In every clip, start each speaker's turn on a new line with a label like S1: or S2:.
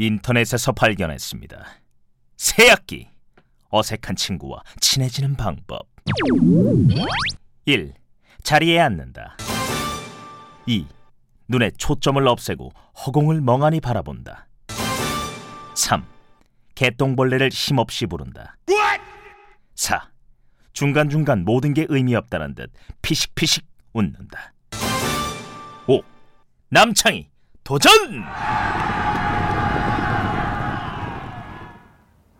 S1: 인터넷에서 발견했습니다. 새학기 어색한 친구와 친해지는 방법 1. 자리에 앉는다 2. 눈에 초점을 없애고 허공을 멍하니 바라본다 3. 개똥벌레를 힘없이 부른다 4. 중간중간 모든 게 의미 없다는 듯 피식피식 웃는다 5. 남창희 도전!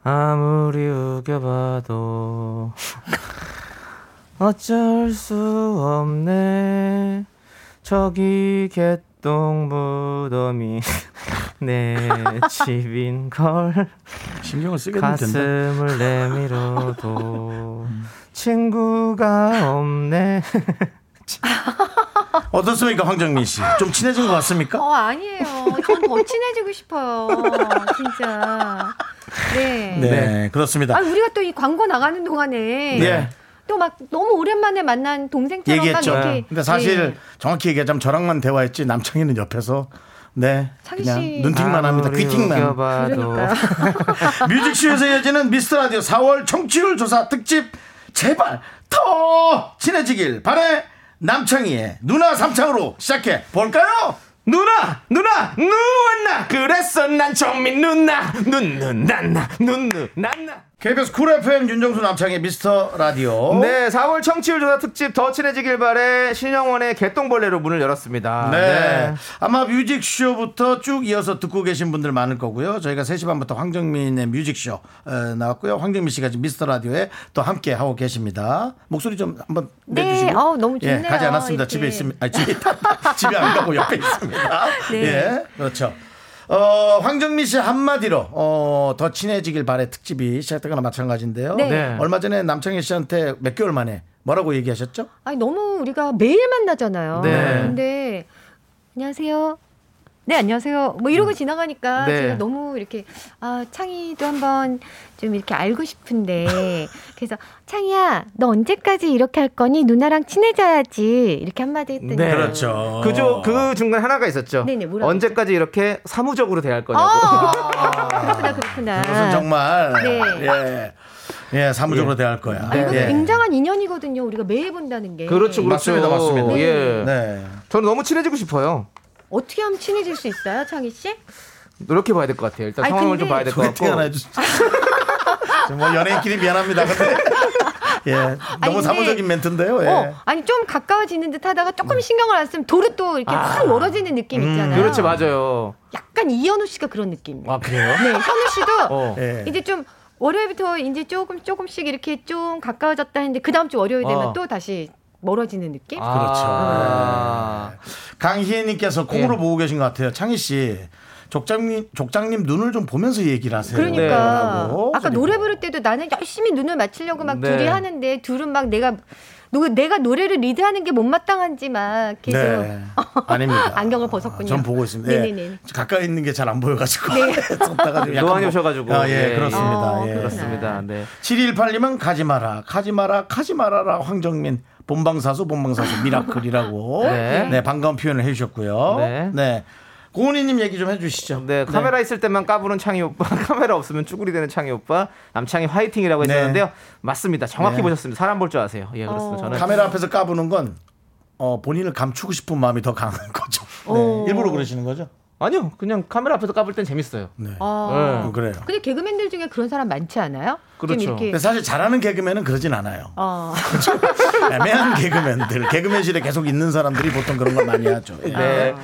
S2: 아무리 우겨봐도 어쩔 수 없네 저기 개똥 무덤이 내 집인 걸
S3: 신경을 쓰게 된다.
S2: 가슴을 내밀어도 친구가 없네
S3: 어떻습니까, 황정민 씨? 좀 친해진 것 같습니까?
S4: 어 아니에요. 전 더 친해지고 싶어요. 진짜. 네.
S3: 네, 그렇습니다.
S4: 아 우리가 또 이 광고 나가는 동안에
S3: 네.
S4: 또 막 너무 오랜만에 만난 동생처럼
S3: 얘기했죠.
S4: 막 이렇게.
S3: 근데 사실
S4: 네.
S3: 정확히 얘기하자면 저랑만 대화했지 남창희는 옆에서 네
S4: 창희
S3: 그냥
S4: 씨.
S3: 눈팅만 합니다. 그
S2: 아무리
S3: 귀팅만.
S2: 우겨봐도
S4: 그러니까요.
S3: 뮤직쇼에서 이어지는 미스터 라디오 4월 청취율 조사 특집 제발 더 친해지길 바래 남창희의 누나 삼창으로 시작해 볼까요?
S2: 누나 누나 누웠나 그랬어 난 정민 누나 눈누난나 눈누난나
S3: KBS 쿨 FM 윤정수 남창희 미스터 라디오.
S2: 네, 4월 청취율 조사 특집 더 친해지길 바래 신영원의 개똥벌레로 문을 열었습니다.
S3: 네. 아마 뮤직쇼부터 쭉 이어서 듣고 계신 분들 많을 거고요. 저희가 3시 반부터 황정민의 뮤직쇼 에, 나왔고요. 황정민 씨가 지금 미스터 라디오에 또 함께 하고 계십니다. 목소리 좀 한번
S4: 네,
S3: 내주시고.
S4: 어우, 너무
S3: 예,
S4: 좋네요.
S3: 가지 않았습니다. 집에
S4: 이렇게.
S3: 있습니다. 아니, 집에 있다. 집에 안 가고 옆에 있습니다.
S4: 네.
S3: 예. 그렇죠. 어, 황정민 씨 한마디로 어, 더 친해지길 바래 특집이 시작되거나 마찬가지인데요.
S4: 네.
S2: 네.
S3: 얼마 전에 남창희 씨한테 몇 개월 만에 뭐라고 얘기하셨죠?
S4: 아니 너무 우리가 매일 만나잖아요.
S2: 네.
S4: 근데 안녕하세요. 네 안녕하세요.
S3: 음.
S4: 뭐 이러고 지나가니까
S2: 네.
S4: 제가 너무 이렇게 아 창희도 한번 좀 이렇게 알고 싶은데 그래서 창희야 너 언제까지 이렇게 할 거니 누나랑 친해져야지 이렇게 한마디 했더니
S2: 네.
S3: 그렇죠.
S2: 그저 그 중간 하나가 있었죠.
S4: 네네, 뭐라고
S2: 언제까지 이렇게 사무적으로 대할 거냐고.
S4: 아 그렇구나 그렇구나.
S3: 그것은 정말
S4: 네.
S3: 예, 예 사무적으로
S2: 예.
S3: 대할 거야.
S4: 아, 이건
S3: 예.
S4: 굉장한 인연이거든요. 우리가 매일 본다는 게
S2: 그렇죠, 그렇죠.
S3: 맞습니다, 맞습니다.
S2: 예.
S3: 네.
S2: 저는 너무 친해지고 싶어요.
S4: 어떻게 하면 친해질 수 있어요, 창희 씨?
S2: 노력해 봐야 될 것 같아요. 일단
S4: 아니,
S2: 상황을
S4: 근데
S2: 좀 봐야 될 것 같고.
S3: 소개팅 그 하나 해주세요. 뭐 연예인끼리 미안합니다. 근데 예
S4: 아니,
S3: 너무
S4: 근데-
S3: 사무적인 멘트인데요. 예.
S4: 어, 아니 좀 가까워지는 듯하다가 조금 신경을 안 쓰면 도로 또 이렇게 확 멀어지는 느낌 있잖아요.
S2: 음. 아. 그렇지 맞아요.
S4: 약간 이현우 씨가 그런 느낌이에요.
S2: 아 그래요?
S4: 네, 현우 씨도
S2: 어.
S3: 예.
S4: 이제 좀 월요일부터 이제 조금 조금씩 이렇게 좀 가까워졌다 했는데 그 다음 주 월요일 되면
S2: 어.
S4: 또 다시 멀어지는 느낌?
S3: 그렇죠.
S2: 아.
S3: 강희애님께서 콩으로
S2: 예.
S3: 보고 계신 것 같아요. 창희 씨. 족장님, 족장님 눈을 좀 보면서 얘기를 하세요.
S2: 네.
S4: 그러니까
S3: 라고.
S4: 아까
S3: 그리고-
S4: 노래 부를 때도 나는 열심히 눈을 맞추려고 막
S2: 네.
S4: 둘이 하는데 둘은 막 내가 노- 내가 노래를 리드하는 게 못마땅한지 막 계속
S3: 네. 아닙니다.
S4: 안경을 벗었군요.
S3: 전 보고 있습니다. 예.
S4: 네네네. 네.
S3: 가까이 있는 게 잘 안 보여가지고. 섰다가 좀 약간
S2: 노안이
S3: 뭐-
S2: 오셔가지고.
S3: 아, 예,
S2: 예.
S3: 그렇습니다.
S4: 어,
S3: 예.
S4: 그렇구나.
S2: 그렇습니다. 네.
S3: 718님은 가지 마라, 가지 마라, 가지 마라라 황정민 본방사수 본방사수 미라클이라고 네.
S2: 네.
S3: 반가운 표현을 해주셨고요. 네.
S2: 네.
S3: 고은희님 얘기 좀 해주시죠.
S2: 네, 카메라 있을 때만 까부는 창희 오빠, 카메라 없으면 쭈구리 되는 창희 오빠, 남창희 화이팅이라고
S3: 네.
S2: 했었는데요. 맞습니다. 정확히
S3: 네.
S2: 보셨습니다. 사람 볼 줄 아세요. 예, 그렇습니다.
S4: 어.
S2: 저는
S3: 카메라 앞에서 까부는 건 어, 본인을 감추고 싶은 마음이 더 강한 거죠. 네.
S4: 어.
S3: 일부러 그러시는 거죠?
S2: 아니요, 그냥 카메라 앞에서 까불 땐 재밌어요.
S3: 네.
S4: 어.
S3: 어, 그래요.
S4: 근데 개그맨들 중에 그런 사람 많지 않아요? 좀
S2: 그렇죠.
S4: 이렇게
S3: 근데 사실 잘하는 개그맨은 그러진 않아요.
S4: 어.
S3: 애매한 개그맨들, 개그맨실에 계속 있는 사람들이 보통 그런 걸 많이 하죠. 예.
S2: 네.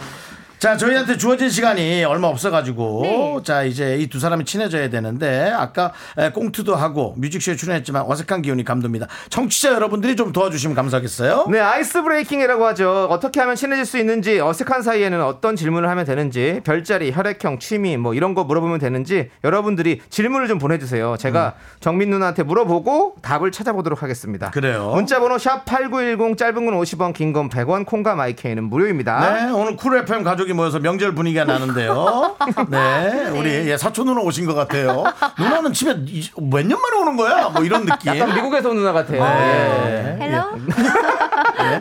S3: 자, 저희한테 주어진 시간이 얼마 없어가지고
S4: 네.
S3: 자 이제 이 두 사람이 친해져야 되는데 아까 에, 꽁트도 하고 뮤직쇼에 출연했지만 어색한 기운이 감돕니다. 청취자 여러분들이 좀 도와주시면 감사하겠어요.
S2: 네, 아이스 브레이킹이라고 하죠. 어떻게 하면 친해질 수 있는지, 어색한 사이에는 어떤 질문을 하면 되는지, 별자리, 혈액형, 취미, 뭐 이런 거 물어보면 되는지, 여러분들이 질문을 좀 보내주세요. 제가 정민 누나한테 물어보고 답을 찾아보도록 하겠습니다.
S3: 음. 그래요.
S2: 문자번호 샵8910, 짧은 건 50원, 긴 건 100원, 콩과 마이케이는 무료입니다.
S3: 네, 오늘 쿨 FM 가족이 모여서 명절 분위기가 나는데요. 네, 우리 예, 사촌 누나 오신 것 같아요. 누나는 집에 몇 년 만에 오는 거야? 뭐 이런 느낌.
S2: 약간 미국에서 온 누나 같아요.
S3: 네.
S4: 어. 헬로.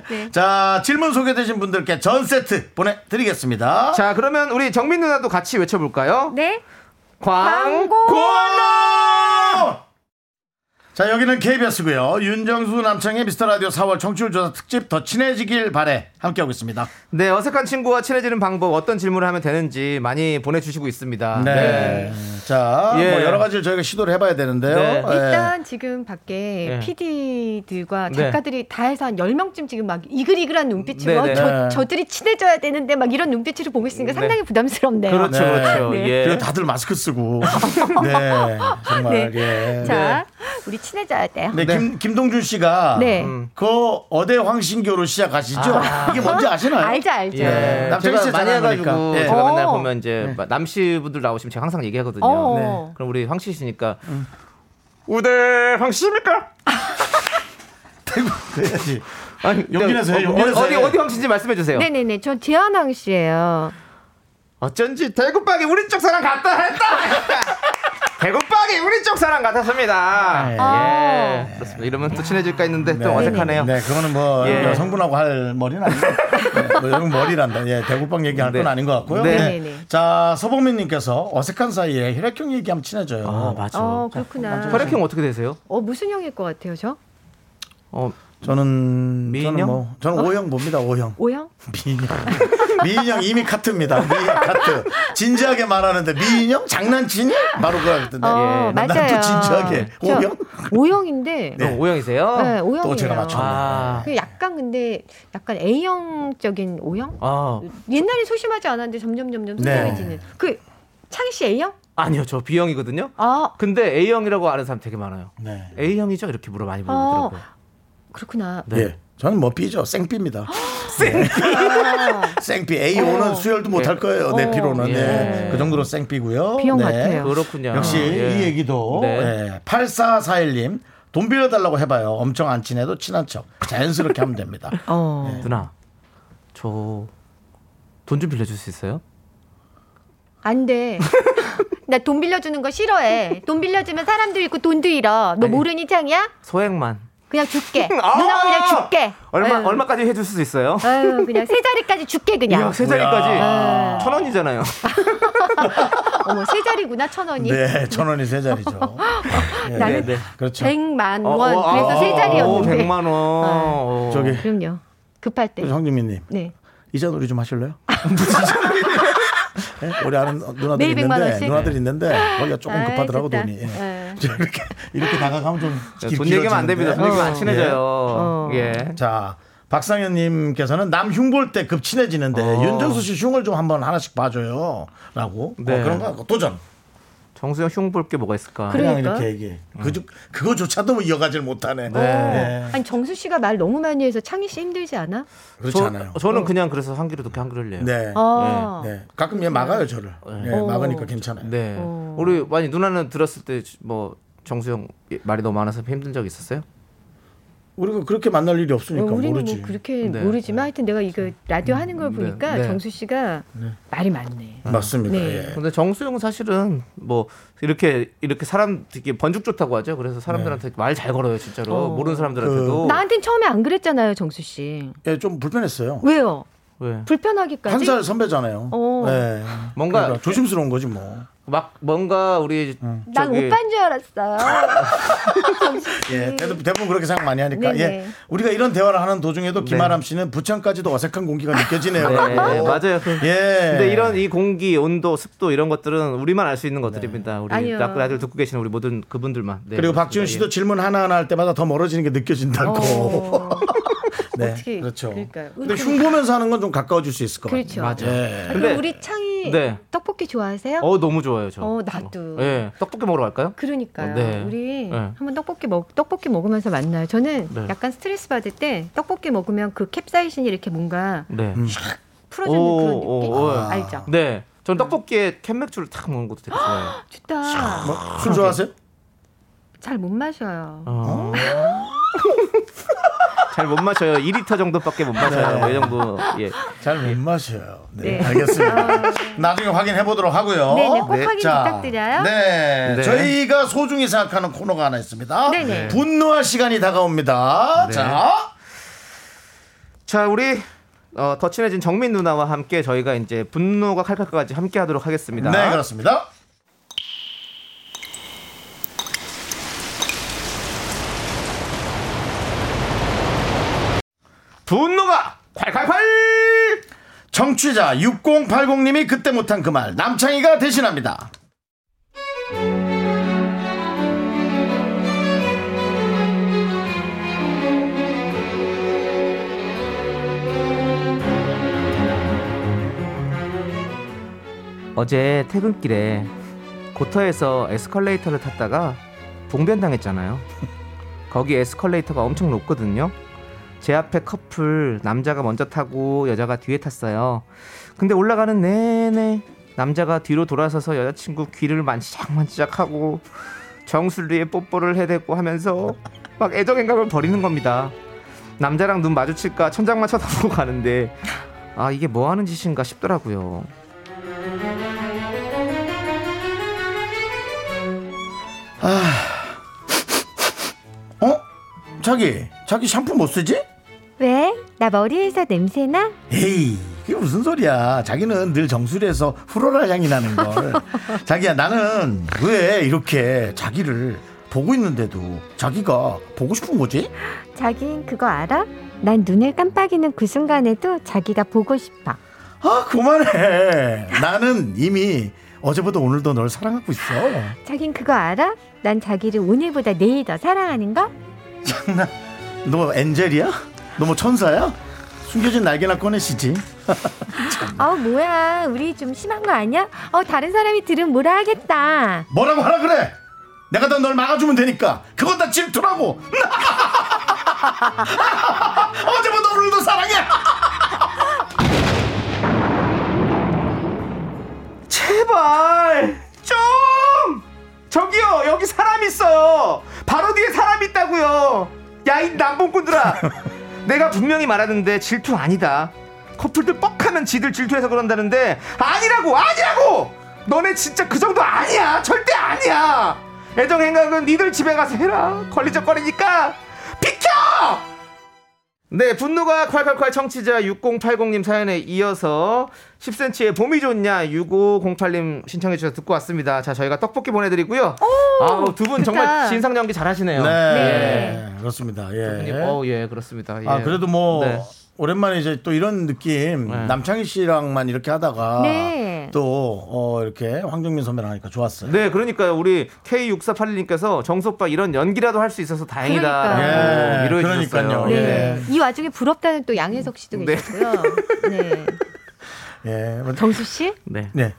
S4: 네.
S3: 예. 자, 질문 소개되신 분들께 전 세트 보내드리겠습니다.
S2: 자, 그러면 우리 정민 누나도 같이 외쳐볼까요?
S4: 네.
S2: 광고!
S3: 고마워! 자 여기는 KBS고요. 윤정수 남창의 미스터 라디오 4월 청취율 조사 특집 더 친해지길 바래 함께하고 있습니다.
S2: 네, 어색한 친구와 친해지는 방법, 어떤 질문을 하면 되는지 많이 보내주시고 있습니다.
S3: 네. 자,
S2: 네. 예.
S3: 뭐 여러 가지를 저희가 시도를 해봐야 되는데요.
S2: 네.
S3: 예.
S4: 일단 지금
S2: 네.
S4: 밖에 PD들과
S2: 네.
S4: 작가들이 다 해서 한 10명쯤 지금 막 이글이글한 눈빛으로
S2: 네, 네.
S4: 저,
S3: 네.
S4: 저들이 친해져야 되는데 막 이런 눈빛으로 보고 있으니까
S2: 네.
S4: 상당히 부담스럽네요.
S2: 그렇죠,
S3: 네.
S2: 그렇죠.
S4: 네.
S2: 예.
S3: 그리고 다들 마스크 쓰고. 네.
S2: 네.
S3: 정말. 예.
S4: 네. 자, 우리 친해져야 돼요.
S3: 네, 김, 김동준 씨가
S4: 네.
S2: 음.
S3: 그 어대 황신교로 시작하시죠?
S2: 아.
S3: 이게 뭔지 아시나요?
S4: 알죠, 알죠.
S2: 예.
S3: 네. 남편이
S2: 제가
S3: 진짜
S2: 많이
S3: 잘하니까.
S2: 해가지고
S3: 예.
S4: 어.
S2: 제가 맨날 보면 이제 막 남씨분들 나오시면 제가 항상 얘기하거든요.
S4: 어. 네.
S2: 그럼 우리 황씨 씨니까 우대 황씨입니까?
S3: 해야지.
S2: 아니,
S3: 용기 내서 해,
S2: 어,
S3: 용기
S2: 어디-
S3: 내서
S2: 어디
S3: 해.
S2: 어디 황씨인지 말씀해 주세요.
S4: 네네네. 전 재현왕 씨예요.
S2: 어쩐지 대구빵이 우리 쪽 사람 같다 했다. 대구빵이 우리 쪽 사람 같았습니다.
S3: 네.
S4: 아.
S2: 예. 그렇습니다. 이러면 또 친해질까 했는데 좀 어색하네요.
S3: 네, 그거는 뭐
S2: 예.
S3: 여성분하고 할 머리는 아니고 네, 뭐 여성 머리란다. 예, 대구빵 얘기할
S2: 네.
S3: 건 아닌 것 같고요.
S2: 네.
S4: 네, 네.
S3: 자, 서봉민님께서 어색한 사이에 혈액형 얘기하면 친해져요.
S2: 맞아.
S4: 어, 그렇구나.
S2: 혈액형 어떻게 되세요?
S4: 어, 무슨 형일 것 같아요, 저?
S2: 어,
S3: 저는 저는
S2: 미인형?
S3: 뭐 저는 O형 봅니다. O형.
S4: O형?
S3: 미인형. 미인형 이미 카트입니다. 미인 카트. 진지하게 말하는데 미인형 장난치니? 바로 그거
S2: 예.
S3: 같은데. 예.
S4: 어,
S3: 난
S4: 맞아요.
S3: 또 진지하게.
S4: 저
S3: O형?
S4: O형인데.
S3: 네.
S4: 네,
S2: 그럼 O형이세요?
S4: O형이에요.
S3: 또 제가 맞췄네.
S2: 아.
S4: 그 약간 근데 약간 A형적인 O형?
S2: 아,
S4: 옛날에 소심하지 않았는데 점점 점점
S3: 네.
S4: 소심해지는. 그 창희 씨 A형?
S2: 아니요. 저 B형이거든요.
S4: 아
S2: 근데 A형이라고 아는 사람 되게 많아요.
S3: 네.
S2: A형이죠? 이렇게 물어 많이
S4: 아.
S2: 물어보더라고요.
S4: 그렇구나.
S2: 네.
S3: 예. 저는 뭐 B죠. 생삐입니다. 예. 생삐. A오는
S4: 어.
S3: 수혈도 못할 거예요. 내
S4: 어.
S3: 피로는.
S2: 예.
S3: 네. 그 정도로 생삐고요. 네.
S4: B형 같아요.
S2: 그렇군요.
S3: 역시
S2: 예.
S3: 이 얘기도
S2: 네.
S3: 예. 8441님 돈 빌려달라고 해봐요. 엄청 안 친해도 친한 척 자연스럽게 하면 됩니다.
S4: 어.
S2: 누나, 저 돈 좀 빌려줄 수 있어요?
S4: 안 돼. 나 돈 빌려주는 거 싫어해. 돈 빌려주면 사람도 잃고 돈도 잃어. 너 모르니 창이야?
S2: 소액만.
S4: 그냥 줄게.
S3: 아.
S4: 누나 그냥 줄게.
S2: 얼마
S4: 아유.
S2: 얼마까지 해줄 수도 있어요?
S4: 아유, 그냥 세 자리까지 줄게
S2: 이야,
S4: 그냥.
S2: 세
S4: 네.
S2: 자리까지 천 원이잖아요.
S4: 어머 세 자리구나 천 원이.
S3: 네, 천 원이 세 자리죠. 예.
S4: 나는
S2: 네.
S3: 그렇죠.
S4: 백만
S2: 어, 어,
S4: 원.
S2: 아,
S4: 그래서 세
S2: 아, 오,
S4: 자리였는데. 네.
S2: 100만 원. 어.
S3: 저기
S4: 그럼요. 급할 때.
S3: 성주민님
S4: 네.
S3: 이자 놀이 좀 하실래요?
S4: 아,
S3: 네? 우리 아는 누나들
S4: 매일 백만
S3: 있는데
S4: 원씩?
S3: 누나들 있는데 거기가 조금
S4: 아이,
S3: 급하더라고
S4: 좋다.
S3: 돈이. 예.
S4: 네.
S3: 저 이렇게 이렇게 다가가면 좀 길-
S2: 네, 돈 얘기하면 안
S3: 길어지는데.
S2: 됩니다. 돈 얘기하면 안
S3: 어.
S2: 친해져요.
S4: 네.
S2: 예.
S4: 어.
S3: 자, 박상현님께서는 남 흉볼 때 급 친해지는데
S2: 어.
S3: 윤정수 씨 흉을 좀 한번 하나씩 봐줘요라고
S2: 네.
S3: 어, 그런가 도전.
S2: 정수영 흉볼 게 뭐가 있을까?
S4: 그래.
S3: 그냥
S4: 그러니까.
S3: 이렇게 얘기. 그 그거조차도 뭐 이어가질 못하네.
S4: 어. 아니 정수 씨가 말 너무 많이 해서 창희 씨 힘들지 않아?
S3: 그렇지
S2: 저,
S3: 않아요.
S2: 저는 그냥 그래서 한 귀로 듣게 한 귀로 흘려요.
S3: 네.
S4: 어.
S3: 네. 가끔 얘 막아요 저를. 예,
S4: 어.
S3: 막으니까 괜찮아요.
S2: 네. 우리 많이 누나는 들었을 때 뭐 정수영 말이 너무 많아서 힘든 적 있었어요?
S3: 우리가 그렇게 만날 일이 없으니까
S4: 우리는
S3: 그러니까 모르지. 그렇죠.
S4: 뭐 그렇게
S2: 네.
S4: 모르지만 하여튼 내가 이거 라디오 하는 걸
S2: 네.
S4: 보니까
S2: 네.
S4: 정수 씨가 말이 많네.
S3: 맞습니다.
S4: 네.
S3: 예.
S2: 근데 정수영은 사실은 뭐 이렇게 이렇게 사람 되게 번죽 좋다고 하죠. 그래서 사람들한테
S3: 네.
S2: 말 잘 걸어요, 진짜로.
S4: 어.
S2: 모르는 사람들한테도.
S3: 그
S4: 나한텐 처음에 안 그랬잖아요, 정수 씨.
S3: 예, 좀 불편했어요.
S4: 왜요?
S2: 왜?
S4: 불편하기까지?
S3: 한 살 선배잖아요.
S4: 어.
S3: 예.
S2: 뭔가-
S3: 그러니까 조심스러운 거지 뭐.
S2: 막 뭔가 우리
S4: 난
S2: 저기-
S4: 오빠인 줄 알았어요. 어. 솔직히.
S3: 예, 대부분, 대부분 그렇게 생각 많이 하니까.
S4: 음. 네네.
S3: 예, 우리가 이런 대화를 하는 도중에도 김아람 씨는 부천까지도 어색한 공기가 느껴지네요.
S2: 네, 맞아요. 그-
S3: 예.
S2: 근데 이런 이 공기, 온도, 습도 이런 것들은 우리만 알 수 있는 것들입니다. 우리
S4: 아니요.
S2: 라디오 듣고 계시는 우리 모든 그분들만. 네,
S3: 네. 그리고 박지훈
S2: 그렇습니다.
S3: 씨도 질문 하나하나 할 때마다 더 멀어지는 게 느껴진다고.
S4: 어.
S3: 네.
S4: 어떻게
S3: 그렇죠.
S4: 그럴까요?
S3: 근데 흉 보면서 하는 건 좀 가까워질 수 있을 것 같아요.
S4: 그렇죠.
S2: 맞아요.
S4: 아,
S3: 예.
S4: 그럼
S2: 근데-
S4: 우리 창이
S2: 네.
S4: 떡볶이 좋아하세요?
S2: 예. 어 너무 좋아요 저.
S4: 어, 나도.
S2: 예, 떡볶이 먹으러 갈까요?
S4: 그러니까요.
S2: 어, 네.
S4: 우리
S2: 네.
S4: 한번 떡볶이 먹 떡볶이 먹으면서 만나요. 저는
S2: 네.
S4: 약간 스트레스 받을 때 떡볶이 먹으면 그 캡사이신이 이렇게 뭔가
S2: 네.
S4: 풀어주는
S2: 오,
S4: 그런
S2: 오,
S4: 느낌 아,
S2: 오.
S4: 알죠?
S2: 네. 저는
S4: 음.
S2: 떡볶이에 캔맥주를 탁 먹는 것도 되게 좋아해요.
S4: 좋다.
S3: 뭐, 술 좋아하세요?
S4: 잘 못 마셔요.
S2: 어. 잘못 마셔요. 2리터 정도밖에 못 마셔요. 뭐이 정도. 예.
S3: 잘 못 마셔요. 네,
S4: 네.
S3: 알겠습니다.
S2: 아.
S3: 나중에 확인해 보도록 하고요.
S4: 네네, 꼭 확인 부탁드려요.
S3: 네,
S2: 네.
S3: 저희가 소중히 생각하는 코너가 하나 있습니다.
S4: 네네.
S3: 분노할 시간이 다가옵니다.
S2: 네.
S3: 자,
S2: 자, 우리 어, 더 친해진 정민 누나와 함께 저희가 이제 분노가 칼칼까지 함께 하도록 하겠습니다.
S3: 네 그렇습니다.
S2: 분노가 콸콸콸!
S3: 정취자 6080님이 그때 못한 그 말 남창희가 대신합니다.
S2: 어제 퇴근길에 고터에서 에스컬레이터를 탔다가 봉변당했잖아요. 거기 에스컬레이터가 엄청 높거든요. 제 앞에 커플 남자가 먼저 타고 여자가 뒤에 탔어요. 근데 올라가는 내내 남자가 뒤로 돌아서서 여자친구 귀를 만지작만지작하고 정수리에 뽀뽀를 해대고 하면서 막 애정행각을 벌이는 겁니다. 남자랑 눈 마주칠까 천장만 쳐다보고 가는데 아 이게 뭐 하는 짓인가 싶더라고요.
S3: 어? 자기, 자기 샴푸 못 쓰지?
S4: 왜? 나 머리에서 냄새나?
S3: 에이 그게 무슨 소리야 자기는 늘 정수리에서 후로라 향이 나는 걸 자기야 나는 왜 이렇게 자기를 보고 있는데도 자기가 보고 싶은 거지?
S4: 자긴 그거 알아? 난 눈을 깜빡이는 그 순간에도 자기가 보고 싶어.
S3: 아 그만해 나는 이미 어제보다 오늘도 널 사랑하고 있어
S4: 자긴 그거 알아? 난 자기를 오늘보다 내일 더 사랑하는 거?
S3: 장난 너 뭐 엔젤이야? 너 뭐 천사야? 숨겨진 날개나 꺼내시지
S4: 어 뭐야 우리 좀 심한 거 아니야? 어 다른 사람이 들으면 뭐라 하겠다.
S3: 뭐라고 하라 그래 내가 다 널 막아주면 되니까 그건 다 질투라고 어제보다 오늘도 사랑해
S2: 제발 좀 저기요 여기 사람 있어요 바로 뒤에 사람 있다고요 야 이 남봉꾼들아 내가 분명히 말하는데 질투 아니다 커플들 뻑하면 지들 질투해서 그런다는데 아니라고 아니라고 너네 진짜 그 정도 아니야 절대 아니야 애정 행각은 니들 집에 가서 해라 걸리적거리니까 비켜 네, 분노가 콸콸콸 청취자 6080님 사연에 이어서 10cm의 봄이 좋냐 6508님 신청해 주셔서 듣고 왔습니다. 자, 저희가 떡볶이 보내드리고요. 아우, 두 분 정말
S4: 좋다.
S2: 진상 연기 잘하시네요.
S3: 네. 그렇습니다. 예.
S2: 예. 어, 예, 그렇습니다. 예.
S3: 아, 그래도 뭐
S2: 네.
S3: 오랜만에 이제 또 이런 느낌
S2: 네.
S3: 남창희 씨랑만 이렇게 하다가
S4: 네.
S3: 또 어, 이렇게 황정민 선배랑 하니까 좋았어요.
S2: 네, 그러니까요. 우리 K6481님께서 정소빠 이런 연기라도 할 수 있어서 다행이다.
S3: 그러니까요.
S2: 위로해
S3: 예,
S2: 주셨어요.
S3: 그러니까요.
S4: 네.
S3: 예.
S4: 이 와중에 부럽다는 또 양혜석 씨도
S2: 네.
S4: 계시고요. 네.
S3: 예. 뭐,
S4: 정수 씨
S2: 네.
S3: 네.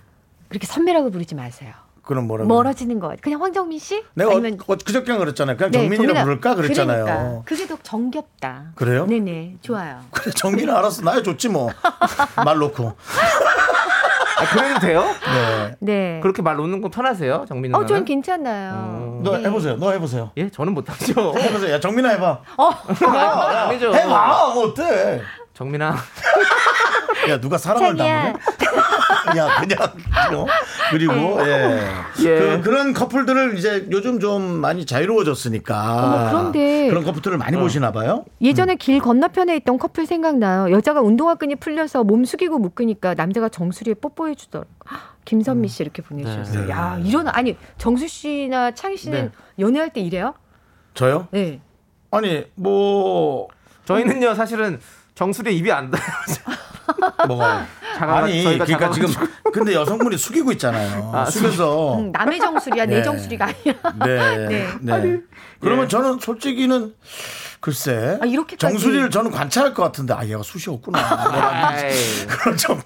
S4: 그렇게 선배라고 부르지 마세요.
S3: 그럼 뭐라고?
S4: 멀어지는 거. 그냥 황정민 씨?
S3: 내가
S4: 아니면 네,
S3: 어, 그저께 그랬잖아요. 그냥 정민이라
S4: 정민아.
S3: 부를까 그랬잖아요.
S4: 그러니까. 그게 더 정겹다.
S3: 그래요?
S4: 네네 좋아요.
S3: 그래, 정민아 알았어. 나야 좋지 뭐. 말 놓고.
S2: 아, 그래도 돼요?
S3: 네.
S4: 네.
S2: 그렇게 말 놓는 건 편하세요, 정민 누나?
S4: 어, 전 괜찮아요.
S3: 음. 너
S4: 네.
S3: 해보세요. 너 해보세요.
S2: 예, 저는 못하죠.
S3: 해보세요. 야, 정민아 해봐.
S4: 어,
S3: 해봐.
S2: 아니죠.
S3: 해봐. 뭐 어때?
S2: 정민아.
S3: 야, 누가 사랑을
S4: 창이야.
S3: 담으래? 야 그냥 you know. 그리고 예.
S2: 예.
S3: 그, 런 커플들을 이제 요즘 좀 많이 자유로워졌으니까
S4: 어머, 그런데.
S3: 그런 커플들을 많이 보시나 봐요.
S4: 예전에 길 건너편에 있던 커플 생각나요. 여자가 운동화끈이 풀려서 몸 숙이고 묶으니까 남자가 정수리에 뽀뽀해 주더라고. 김선미 씨 이렇게 보내주셨어요.
S3: 음. 네.
S4: 야 이런 아니 정수 씨나 창희 씨는 연애할 때 이래요?
S3: 저요?
S4: 네.
S3: 아니 뭐
S2: 저희는요 사실은 정수리 입이 안 닿아요.
S3: 뭐가
S2: 작아가-
S3: 아니
S2: 저희가
S3: 그러니까 지금
S2: 작아가지고.
S3: 근데 여성분이 숙이고 있잖아요.
S2: 아,
S3: 숙여서
S4: 음, 남의 정수리야
S3: 어. 네.
S4: 내 정수리가 아니라.
S3: 네.
S4: 네.
S3: 네. 그러면 저는 솔직히는 글쎄
S4: 아, 이렇게까지.
S3: 정수리를 저는 관찰할 것 같은데 아 얘가 숱이 없구나.
S2: 아이.
S3: 그런 좀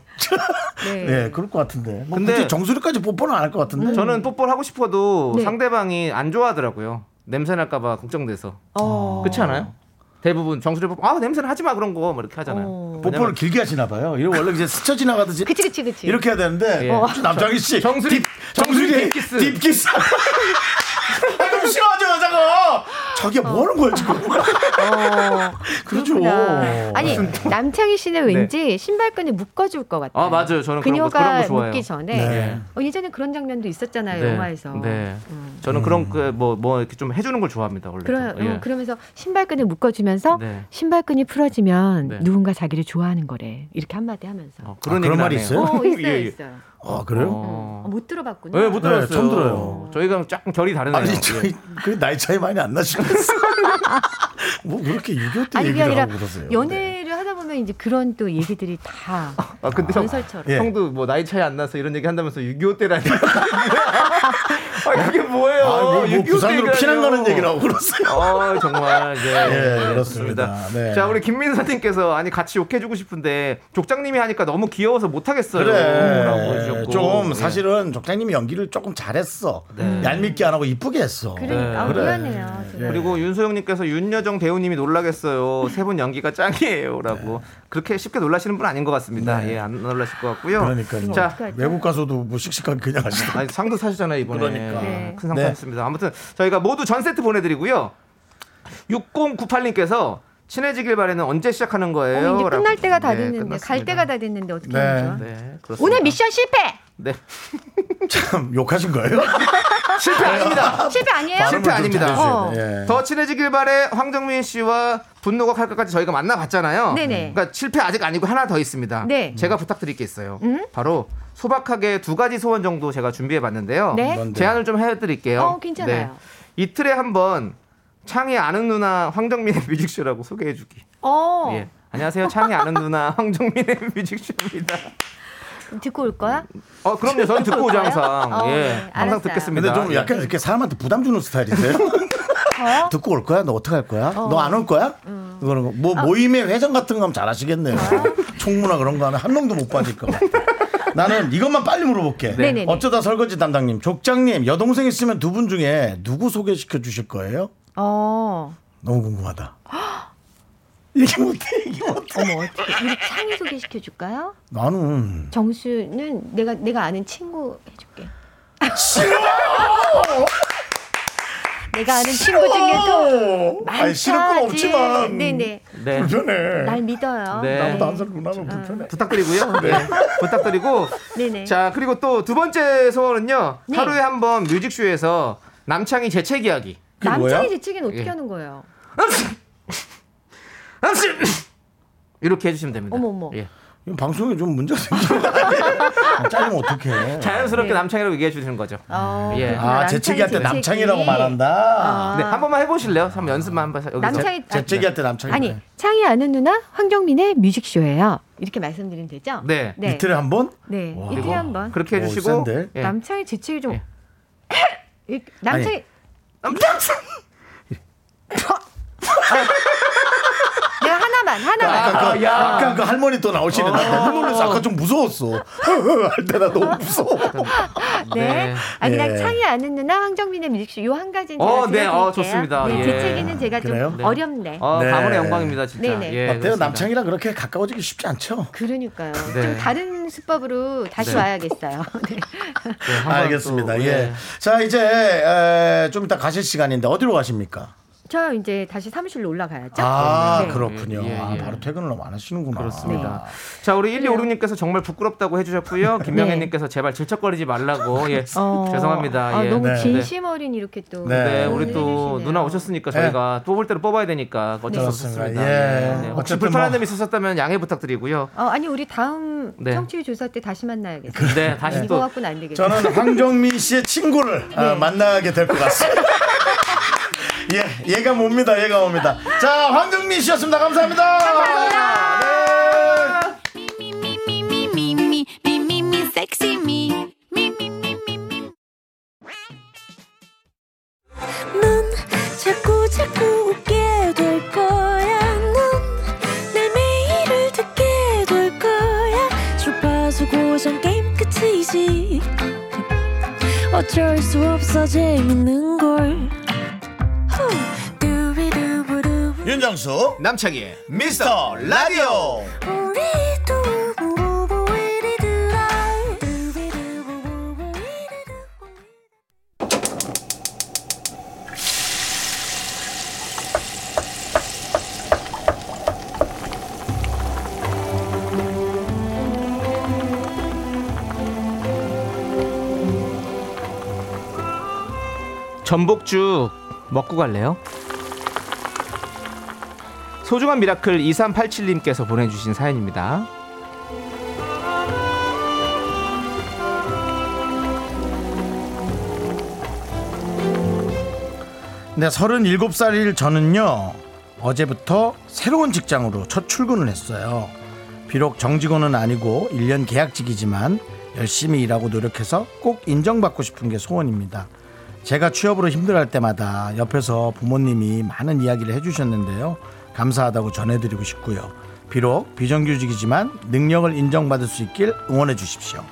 S4: 네.
S3: 네, 그럴 것 같은데. 뭐
S2: 근데-
S3: 근데 정수리까지 뽀뽀는 안 할 것 같은데.
S2: 저는 뽀뽀를 하고 싶어도
S4: 네.
S2: 상대방이 안 좋아하더라고요. 냄새 날까봐 걱정돼서.
S4: 어.
S2: 그렇지 않아요? 대부분 정수리 뽀뽀 아 냄새는 하지 마 그런 거 뭐 이렇게 하잖아요.
S4: 어.
S3: 뽀뽀를 음. 길게 하시나 봐요. 이거 원래 이제 스쳐 지나가듯이
S4: 그치 그치 그치.
S3: 이렇게 해야 되는데
S2: 예. 어.
S3: 남장희 씨
S2: 정수리-
S3: 딥, 정수리
S2: 정수리 딥키스.
S3: 딥키스. 아, 그럼 싫어하죠 여자가. 자기가 뭐 하는 거야 지금.
S4: 어.
S3: 그렇죠.
S4: 그렇구나. 아니 남창희 씨는
S3: 네.
S4: 왠지 신발끈을 묶어줄 것 같아요.
S2: 아, 맞아요. 저는 그런 거-
S4: 네. 그녀가
S2: 그런 거 좋아해요.
S4: 묶기 전에
S3: 네.
S4: 어, 예전에 그런 장면도 있었잖아요
S2: 네.
S4: 영화에서.
S2: 네.
S4: 음.
S2: 저는 그런 그 뭐 뭐 이렇게 좀 해주는 걸 좋아합니다 원래.
S4: 그러,
S2: 좀. 예.
S4: 어, 그러면서 신발끈을 묶어주면서
S2: 네.
S4: 신발끈이 풀어지면
S2: 네.
S4: 누군가 자기를 좋아하는 거래 이렇게 한마디 하면서
S2: 어,
S3: 아, 그런
S2: 얘기는
S3: 말이
S2: 안 해요.
S3: 있어요?
S4: 어 있어요
S2: 예, 예.
S4: 있어요
S3: 아 그래요?
S4: 어,
S2: 어.
S4: 못 들어봤구나
S2: 네, 못 들었어요.
S3: 처음 들어요.
S2: 저희가 조금 결이 다르네요.
S3: 아니
S2: 예.
S3: 저희 그 나이 차이 많이 안 나시겠어요? 뭐 그렇게 6.25때
S4: 아니 그게
S3: 얘기를
S4: 아니라
S3: 하고 그러세요?
S4: 연애를 하다 보면 이제 그런 또 얘기들이 다
S2: 아 근데 형,
S4: 전설처럼
S3: 예.
S2: 형도 뭐 나이 차이 안 나서 이런 얘기 한다면서 6.25 때라니. 아 그게 뭐예요?
S3: 아, 뭐, 뭐
S2: 6.25
S3: 부산으로 피난
S2: 어, 때라뇨.
S3: 가는 얘기라고 그러세요.
S2: 아 정말 네,
S3: 예,
S2: 네,
S3: 그렇습니다. 네.
S2: 자 우리 김민서님께서 아니 같이 욕해주고 싶은데 족장님이 하니까 너무 귀여워서 못하겠어요.
S3: 음,
S2: 라고
S3: 그래. 네.
S2: 해주셨고.
S3: 좀
S2: 예.
S3: 사실은 족장님이 연기를 조금 잘했어. 얄밉게 안 하고 이쁘게 했어.
S4: 그러니까 아,
S2: 그래.
S4: 미안해요 제가.
S3: 네.
S2: 그리고 윤소영님께서 윤여정 배우님이 놀라겠어요. 세 분 연기가
S3: 네.
S2: 짱이에요라고 그렇게 쉽게 놀라시는 분 아닌 것 같습니다. 예, 안 놀라실 것 같고요.
S3: 그러니까요.
S2: 자,
S4: 어떡하죠?
S3: 외국 가서도 뭐 씩씩하게 그냥 하시더라고요.
S2: 아니, 상도 사시잖아요 이번에.
S3: 그러니까.
S4: 네.
S2: 큰 상품
S3: 네.
S2: 했습니다. 아무튼 저희가 모두 전 세트 보내드리고요. 6098님께서 친해지길 바라는 언제 시작하는 거예요?
S4: 어, 이제 끝날
S2: 라고.
S4: 때가 다
S2: 네,
S4: 됐는데 갈
S2: 끝났습니다.
S4: 때가 다 됐는데 어떻게
S3: 네.
S4: 하면 좋아
S2: 네, 그렇습니다.
S4: 오늘 미션 실패
S2: 네.
S3: 참 욕하신 거예요?
S2: 실패 아닙니다.
S4: 실패 아니에요
S3: 발음을 좀
S2: 아닙니다.
S3: 잘해주셔야
S4: 어.
S3: 돼요. 예.
S2: 더 친해지길 바래 황정민 씨와 분노가 칼까지 저희가 만나봤잖아요.
S4: 네네.
S2: 그러니까 실패 아직 아니고 하나 더 있습니다.
S4: 네. 음?
S2: 제가 부탁드릴 게 있어요. 바로 소박하게 두 가지 소원 정도 제가 준비해봤는데요.
S4: 네.
S3: 뭔데요?
S2: 제안을 좀 해드릴게요. 네.
S4: 어, 괜찮아요.
S2: 이틀에 한 번 창이 아는 누나 황정민의 뮤직쇼라고 소개해주기.
S4: 어
S2: 예. 안녕하세요. 창이 아는 누나 황정민의 뮤직쇼입니다.
S4: 듣고 올 거야
S2: 어 그럼요. 저는 듣고 오죠 항상.
S4: 어,
S2: 예.
S4: 네.
S2: 항상
S4: 알았어요.
S2: 듣겠습니다.
S3: 근데 좀
S2: 예.
S3: 약간 이렇게 사람한테 부담 주는 스타일이세요?
S4: 저요?
S3: 듣고 올 거야? 너 어떻게 할 거야? 너 안 올 거야?
S4: 음.
S3: 그런 거.
S4: 아.
S3: 뭐 모임의 회장 같은 거 하면 잘하시겠네요.
S4: 어.
S3: 총무나 그런 거 하면 한 명도 못 받을 것 같아. 나는 이것만 빨리 물어볼게.
S4: 네네네.
S3: 어쩌다 설거지 담당님, 족장님, 여동생 있으면 두 분 중에 누구 소개시켜 주실 거예요?
S4: 어
S3: 너무 궁금하다. 얘기 못해, 뭐. 얘기 못해.
S4: 어머 어떻게 우리 창희 소개시켜 줄까요?
S3: 나는
S4: 정수는 내가 내가 아는 친구 해줄게. 내가 아는 친구 그 중에도
S3: 어, 아니, 싫을 건 없지만
S4: 네네.
S2: 네.
S3: 불편해.
S4: 날 믿어요.
S2: 네.
S3: 나보다 한 살 누나면
S4: 음.
S3: 불편해.
S2: 부탁드리고요. 네. 부탁드리고
S4: 네네.
S2: 자 그리고 또 두 번째 소원은요
S4: 네.
S2: 하루에 한 번 뮤직쇼에서 남창이 재채기 하기
S3: 그게 뭐야?
S4: 남창이 재채기는 어떻게
S2: 예.
S4: 하는 거예요?
S2: 남씨 이렇게 해주시면 됩니다
S4: 어머, 어머.
S2: 예.
S3: 이거 방송에 좀 문제가 생기는 거 같아. 짜리면 어떡해.
S2: 자연스럽게
S4: 네.
S2: 남창이라고 얘기해 주시는 거죠
S4: 어,
S2: 예.
S4: 그렇구나.
S3: 아, 재채기할 때
S4: 재채기.
S3: 남창이라고 말한다.
S4: 아.
S2: 네, 한 번만 해보실래요? 한번 연습만 한번 여기서
S4: 남창이 아,
S3: 재채기할 때 남창이.
S4: 아니 창이 아는 누나 황정민의 뮤직쇼예요. 이렇게 말씀드리면 되죠?
S2: 네.
S4: 네.
S3: 이틀에 한 번?
S4: 네.
S3: 와.
S4: 이틀에 한 번.
S2: 그렇게
S3: 오,
S2: 해주시고
S3: 센데?
S2: 예.
S4: 남창이 재채기 좀.
S2: 예.
S4: 이- 남창이 내가 네, 하나만 하나만.
S3: 아까, 그,
S2: 야.
S3: 아까 그 할머니 또 나오시는데 나
S4: 어.
S3: 너무 놀라서 아까 좀 무서웠어. 할 때 나 너무 무서워.
S4: 네.
S2: 네.
S4: 아니
S3: 예.
S4: 난 창이 아는 누나 황정민의 뮤직쇼 요 한 가지는 제가
S2: 어, 네.
S4: 들려드릴게요.
S2: 어, 좋습니다.
S4: 네,
S2: 예.
S4: 제 책에는 제가
S3: 그래요?
S4: 좀
S3: 네.
S4: 어렵네.
S2: 어,
S3: 네.
S2: 가문의 영광입니다 진짜
S4: 네네.
S2: 예,
S3: 어때요?
S2: 그렇습니다.
S3: 아, 남창이랑 그렇게 가까워지기 쉽지 않죠?
S4: 그러니까요.
S2: 네.
S4: 좀 다른 수법으로 다시
S2: 네.
S4: 와야겠어요. 네.
S2: 네, 한번 또, 예.
S3: 알겠습니다. 예. 자, 이제 에, 좀 이따 가실 시간인데 어디로 가십니까?
S4: 저 이제 다시 사무실로 올라가야죠.
S3: 아,
S4: 네.
S3: 그렇군요.
S2: 예, 예.
S3: 아, 바로 퇴근을 너무 안 하시는구나. 아.
S2: 그렇습니다. 자,
S4: 네.
S2: 우리 1256님께서 정말 부끄럽다고 해주셨고요. 김명현님께서 제발 질척거리지 말라고. 예.
S4: 어.
S2: 죄송합니다.
S4: 아,
S2: 예.
S4: 너무
S3: 네.
S4: 진심 어린 이렇게 또.
S3: 네.
S2: 네,
S4: 표현을
S2: 우리 또
S4: 해주시네요.
S2: 누나 오셨으니까
S3: 네.
S2: 저희가 뽑을 때로 뽑아야 되니까 어쩔
S4: 네.
S2: 수 없었습니다.
S3: 그렇습니다.
S2: 네,
S3: 예.
S2: 네. 혹시
S3: 어쨌든
S2: 불편한
S3: 뭐-
S2: 점이 있었다면 양해 부탁드리고요.
S4: 어, 아니 우리 다음
S2: 네.
S4: 청취율 조사 때 다시 만나야겠어요.
S2: 네, 다시
S4: 이거
S2: 또
S4: 갖고는 안 되겠죠.
S3: 저는 황정민 씨의 친구를 어, 만나게 될 것 같습니다. 예, 얘가 뭡니다. 얘가 옵니다. 자, 황정민 씨였습니다. 감사합니다. 네.
S5: me, me, me, me, me, me, me, me, me, sexy me. Me, me, me, me, me. 넌 자꾸, 자꾸 웃게 될 거야. 넌내 매일을 듣게 될 거야. 주파수 고정 게임 끝이지. 어쩔 수 없어, 재밌는 걸. 후. 두비두부두부.
S3: 윤정수
S2: 남창희의
S3: 미스터 라디오.
S5: 우리 두부부부 우리들아. 두비두부부부 우리들아.
S2: 전복죽 먹고 갈래요? 소중한 미라클 2387님께서 보내주신 사연입니다.
S3: 네, 37살일 저는요. 어제부터 새로운 직장으로 첫 출근을 했어요. 비록 정직원은 아니고 1년 계약직이지만 열심히 일하고 노력해서 꼭 인정받고 싶은 게 소원입니다. 제가 취업으로 힘들할 때마다 옆에서 부모님이 많은 이야기를 해주셨는데요. 감사하다고 전해드리고 싶고요. 비록 비정규직이지만 능력을 인정받을 수 있길 응원해 주십시오.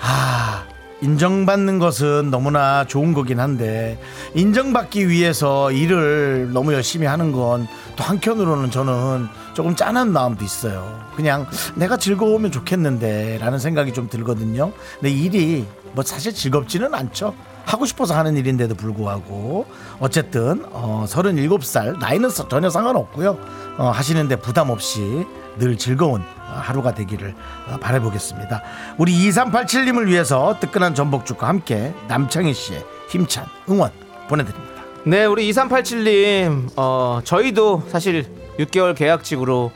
S3: 아, 인정받는 것은 너무나 좋은 거긴 한데 인정받기 위해서 일을 너무 열심히 하는 건 또 한편으로는 저는 조금 짠한 마음도 있어요. 그냥 내가 즐거우면 좋겠는데라는 생각이 좀 들거든요. 근데 일이 뭐 사실 즐겁지는 않죠. 하고 싶어서 하는 일인데도 불구하고 어쨌든 어, 37살 나이는 서- 전혀 상관없고요. 어, 하시는데 부담 없이 늘 즐거운 어, 하루가 되기를 어, 바라보겠습니다. 우리 2387님을 위해서 뜨끈한 전복죽과 함께 남창희 씨의 힘찬 응원 보내드립니다.
S2: 네, 우리 2387님, 어, 저희도 사실 6개월 계약직으로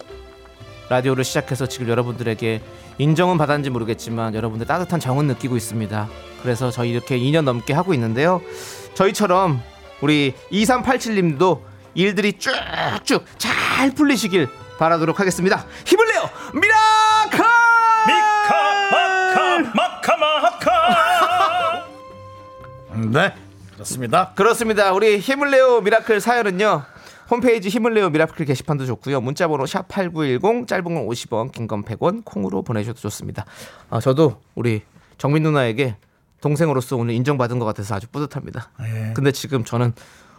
S2: 라디오를 시작해서 지금 여러분들에게 인정은 받았는지 모르겠지만 여러분들 따뜻한 정은 느끼고 있습니다. 그래서 저희 이렇게 2년 넘게 하고 있는데요. 저희처럼 우리 2387님도 일들이 쭉쭉 잘 풀리시길 바라도록 하겠습니다. 힘을 내요! 미라클!
S6: 미카 마카 마카
S7: 아,
S6: 마카
S3: 네, 그렇습니다.
S2: 그렇습니다. 우리 힘을 내요 미라클 사연은요. 홈페이지 힘을 내요 미라클 게시판도 좋고요. 문자번호 샵 8910 짧은 건 50원 긴 건 100원 콩으로 보내주셔도 좋습니다. 아, 저도 우리 정민 누나에게 동생으로서 오늘 인정받은 것 같아서 아주 뿌듯합니다.
S3: 예.
S2: 근데 지금 저는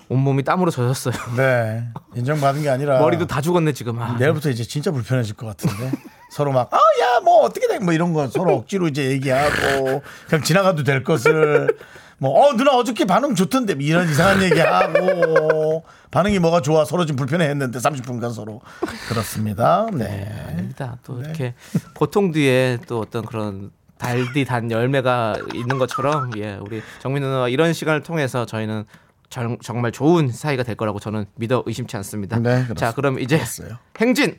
S2: 온몸이 땀으로 젖었어요.
S3: 네, 인정받은 게 아니라
S2: 머리도 다 죽었네 지금. 아,
S3: 내일부터 이제 진짜 불편해질 것 같은데 서로 막 아 야 뭐 어떻게 돼 뭐 이런 거 서로 억지로 이제 얘기하고 그냥 지나가도 될 것을 뭐 어 누나 어저께 반응 좋던데 뭐 이런 이상한 얘기하고 반응이 뭐가 좋아 서로 지금 불편해했는데 30분간 서로 그렇습니다 네
S2: 아닙니다. 또 이렇게 보통 뒤에 또 어떤 그런 달디 단 열매가 있는 것처럼 예 우리 정민 누나와 이런 시간을 통해서 저희는 정, 정말 좋은 사이가 될 거라고 저는 믿어 의심치 않습니다.
S3: 네, 그렇습니다.
S2: 자 그럼 이제
S3: 그렇어요.
S2: 행진.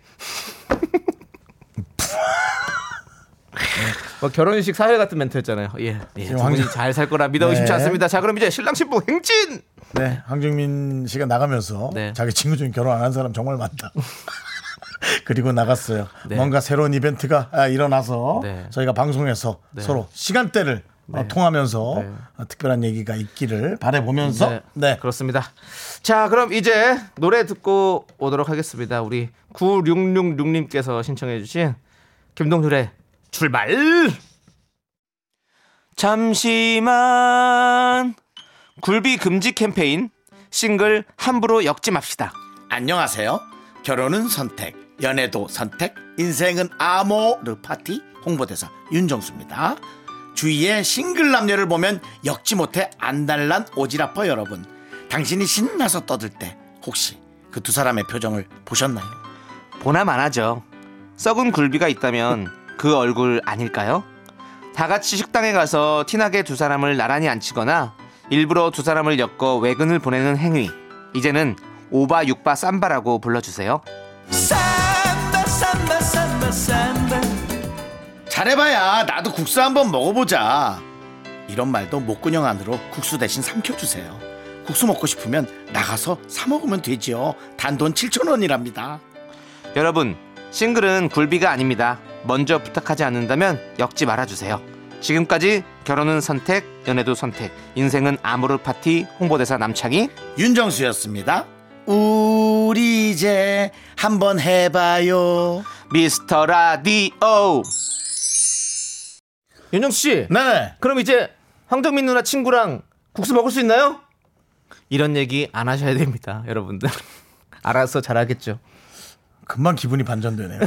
S2: 뭐 결혼식 사회 같은 멘트였잖아요. 예, 예. 두
S3: 네. 지금
S2: 분이
S3: 황-
S2: 잘 살 거라 믿어
S3: 네.
S2: 의심치 않습니다. 자 그럼 이제 신랑 신부 행진.
S3: 네, 황정민 씨가 나가면서
S2: 네.
S3: 자기 친구 중에 결혼 안 한 사람 정말 많다. 그리고 나갔어요.
S2: 네.
S3: 뭔가 새로운 이벤트가 아, 일어나서
S2: 네.
S3: 저희가 방송에서
S2: 네.
S3: 서로 시간대를 어, 통하면서
S2: 네.
S3: 어, 특별한 얘기가 있기를 바라보면서
S2: 네,
S3: 네.
S2: 그렇습니다. 자, 그럼 이제 노래 듣고 오도록 하겠습니다. 우리 9666님께서 신청해주신 김동률의 출발! 잠시만 굴비 금지 캠페인 싱글 함부로 엮지 맙시다.
S3: 안녕하세요. 결혼은 선택, 연애도 선택, 인생은 아모르 파티 홍보대사 윤정수입니다. 주위의 싱글 남녀를 보면 역지 못해 안달난 오지라퍼 여러분. 당신이 신나서 떠들 때 혹시 그 두 사람의 표정을 보셨나요?
S8: 보나 마나죠. 썩은 굴비가 있다면 그 얼굴 아닐까요? 다 같이 식당에 가서 티나게 두 사람을 나란히 앉히거나 일부러 두 사람을 엮어 외근을 보내는 행위. 이제는 오바 육바 삼바라고 불러주세요.
S3: 잘해봐야 나도 국수 한번 먹어보자. 이런 말도 목구녕 안으로 국수 대신 삼켜주세요. 국수 먹고 싶으면 나가서 사 먹으면 되지요. 단돈 7천 원이랍니다.
S8: 여러분, 싱글은 굴비가 아닙니다. 먼저 부탁하지 않는다면 엮지 말아주세요. 지금까지 결혼은 선택, 연애도 선택, 인생은 아모르 파티 홍보대사 남창희.
S3: 윤정수였습니다. 우리 이제 한번 해봐요.
S8: 미스터 라디오
S2: 윤정수 씨,
S3: 네네.
S2: 그럼 이제 황정민 누나 친구랑 국수 먹을 수 있나요? 이런 얘기 안 하셔야 됩니다, 여러분들. 알아서 잘하겠죠.
S3: 금방 기분이 반전되네요.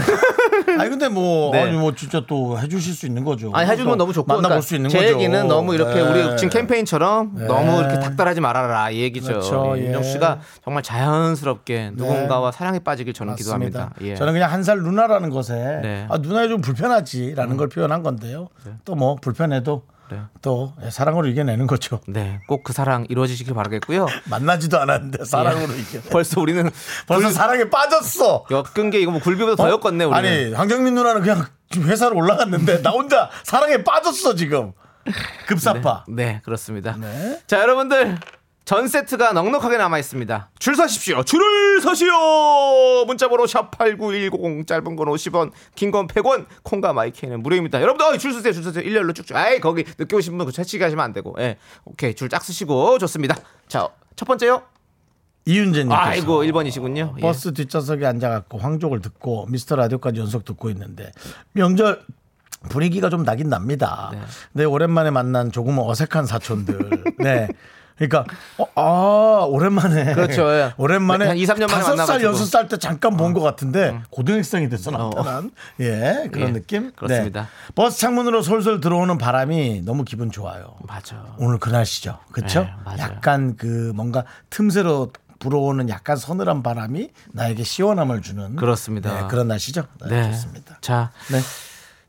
S3: 아니 근데 뭐
S2: 네.
S3: 아니 뭐 진짜 또 해주실 수 있는 거죠.
S2: 아니 해주면 너무 좋고
S3: 만나볼
S2: 그러니까
S3: 수 있는
S2: 제
S3: 거죠.
S2: 얘기는 너무 이렇게
S3: 네.
S2: 우리 지금 캠페인처럼 너무 이렇게 닥달하지 말아라 이 얘기죠.
S3: 그렇죠,
S2: 예,
S3: 예. 네.
S2: 윤정 씨가 정말 자연스럽게 누군가와 사랑에 빠지길 저는
S3: 맞습니다.
S2: 기도합니다. 예.
S3: 저는 그냥 한 살 누나라는 것에
S2: 네. 음.
S3: 아, 누나야 좀 불편하지라는 걸 표현한 건데요. 또 뭐 불편해도
S2: 네.
S3: 또 예, 사랑으로 이겨내는 거죠.
S2: 네, 꼭 그 사랑 이루어지시길 바라겠고요. 예.
S3: 만나지도 않았는데 사랑으로 이겨.
S2: 벌써 우리는
S3: 벌써 사랑에 빠졌어.
S2: 엮은 게 이거 뭐 굴비보다 더
S3: 어?
S2: 엮었네 우리는.
S3: 아니 황정민 누나는 그냥 지금 회사로 올라갔는데 나 혼자 사랑에 빠졌어 지금. 급사파.
S2: 네, 그렇습니다. 자, 여러분들 전 세트가 넉넉하게 남아 있습니다. 줄 서십시오. 줄을 서시오. 문자번호 샵 #8910 짧은 건 50원, 긴 건 100원, 콩과 마이크는 무료입니다. 여러분들 어이, 줄 서세요, 줄 서세요. 일렬로 쭉쭉. 아이 거기 늦게 오신 분그 채치기 하시면 안 되고. 예, 오케이 줄 쫙 쓰시고 좋습니다. 자, 첫 번째요.
S3: 이윤재님.
S2: 아이고 1번이시군요.
S3: 네,
S2: 예.
S3: 버스 뒷좌석에 앉아갖고 황족을 듣고 미스터 라디오까지 연속 듣고 있는데 명절 분위기가 좀 나긴 납니다.
S2: 네.
S3: 근데 오랜만에 만난 조금 어색한 사촌들. 네. 그러니까 어, 아 오랜만에
S2: 그렇죠, 예.
S3: 오랜만에
S2: 한 2, 3년 만에
S3: 다섯 살
S2: 만나가지고. 어. 음.
S3: 여섯 살 때 잠깐 본 것 같은데 고등학생이 돼서 나타난 예 그런
S2: 예,
S3: 느낌
S2: 그렇습니다.
S3: 네. 버스 창문으로 솔솔 들어오는 바람이 너무 기분 좋아요.
S2: 맞아.
S3: 오늘 그 날씨죠. 그렇죠?
S2: 네, 맞아요.
S3: 약간 그 뭔가 틈새로 불어오는 약간 서늘한 바람이 나에게 시원함을 주는
S2: 그렇습니다.
S3: 네, 그런 날씨죠. 네, 좋습니다.
S2: 자,
S3: 네.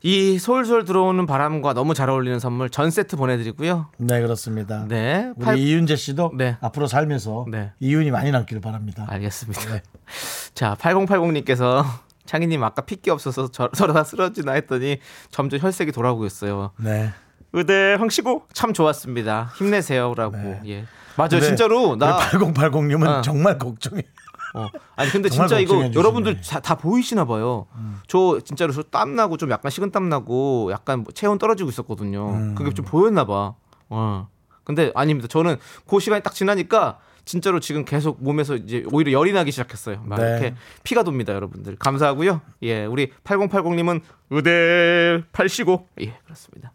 S2: 이 솔솔 들어오는 바람과 너무 잘 어울리는 선물 전 세트 보내드리고요.
S3: 네, 그렇습니다.
S2: 네,
S3: 우리
S2: 팔-
S3: 이윤재 씨도
S2: 네.
S3: 앞으로 살면서
S2: 네. 아,
S3: 이윤이 많이 남기를 바랍니다.
S2: 알겠습니다. 자, 8080님께서 창희님 아까 핏기 없어서 저, 저러다 쓰러지나 했더니 점점 혈색이 돌아오고 있어요.
S3: 네.
S2: 의대 황시고 참 좋았습니다. 힘내세요라고.
S3: 네.
S2: 예. 맞아 요 진짜로 나
S3: 8080님은
S2: 어.
S3: 정말 걱정이.
S2: 어. 아니 근데
S3: 정말
S2: 진짜 이거
S3: 걱정해 주시네. 음.
S2: 여러분들 다, 다 보이시나 봐요. 저 진짜로 저땀 나고 좀 약간 식은 땀 나고 약간 뭐 체온 떨어지고 있었거든요.
S3: 음.
S2: 그게 좀 보였나 봐. 어. 근데 아닙니다. 저는 그 시간이 딱 지나니까 진짜로 지금 계속 몸에서 이제 오히려 열이 나기 시작했어요. 막
S3: 네.
S2: 이렇게 피가 돕니다, 여러분들. 감사하고요. 예, 우리 8080님은 의대 85. 예, 그렇습니다.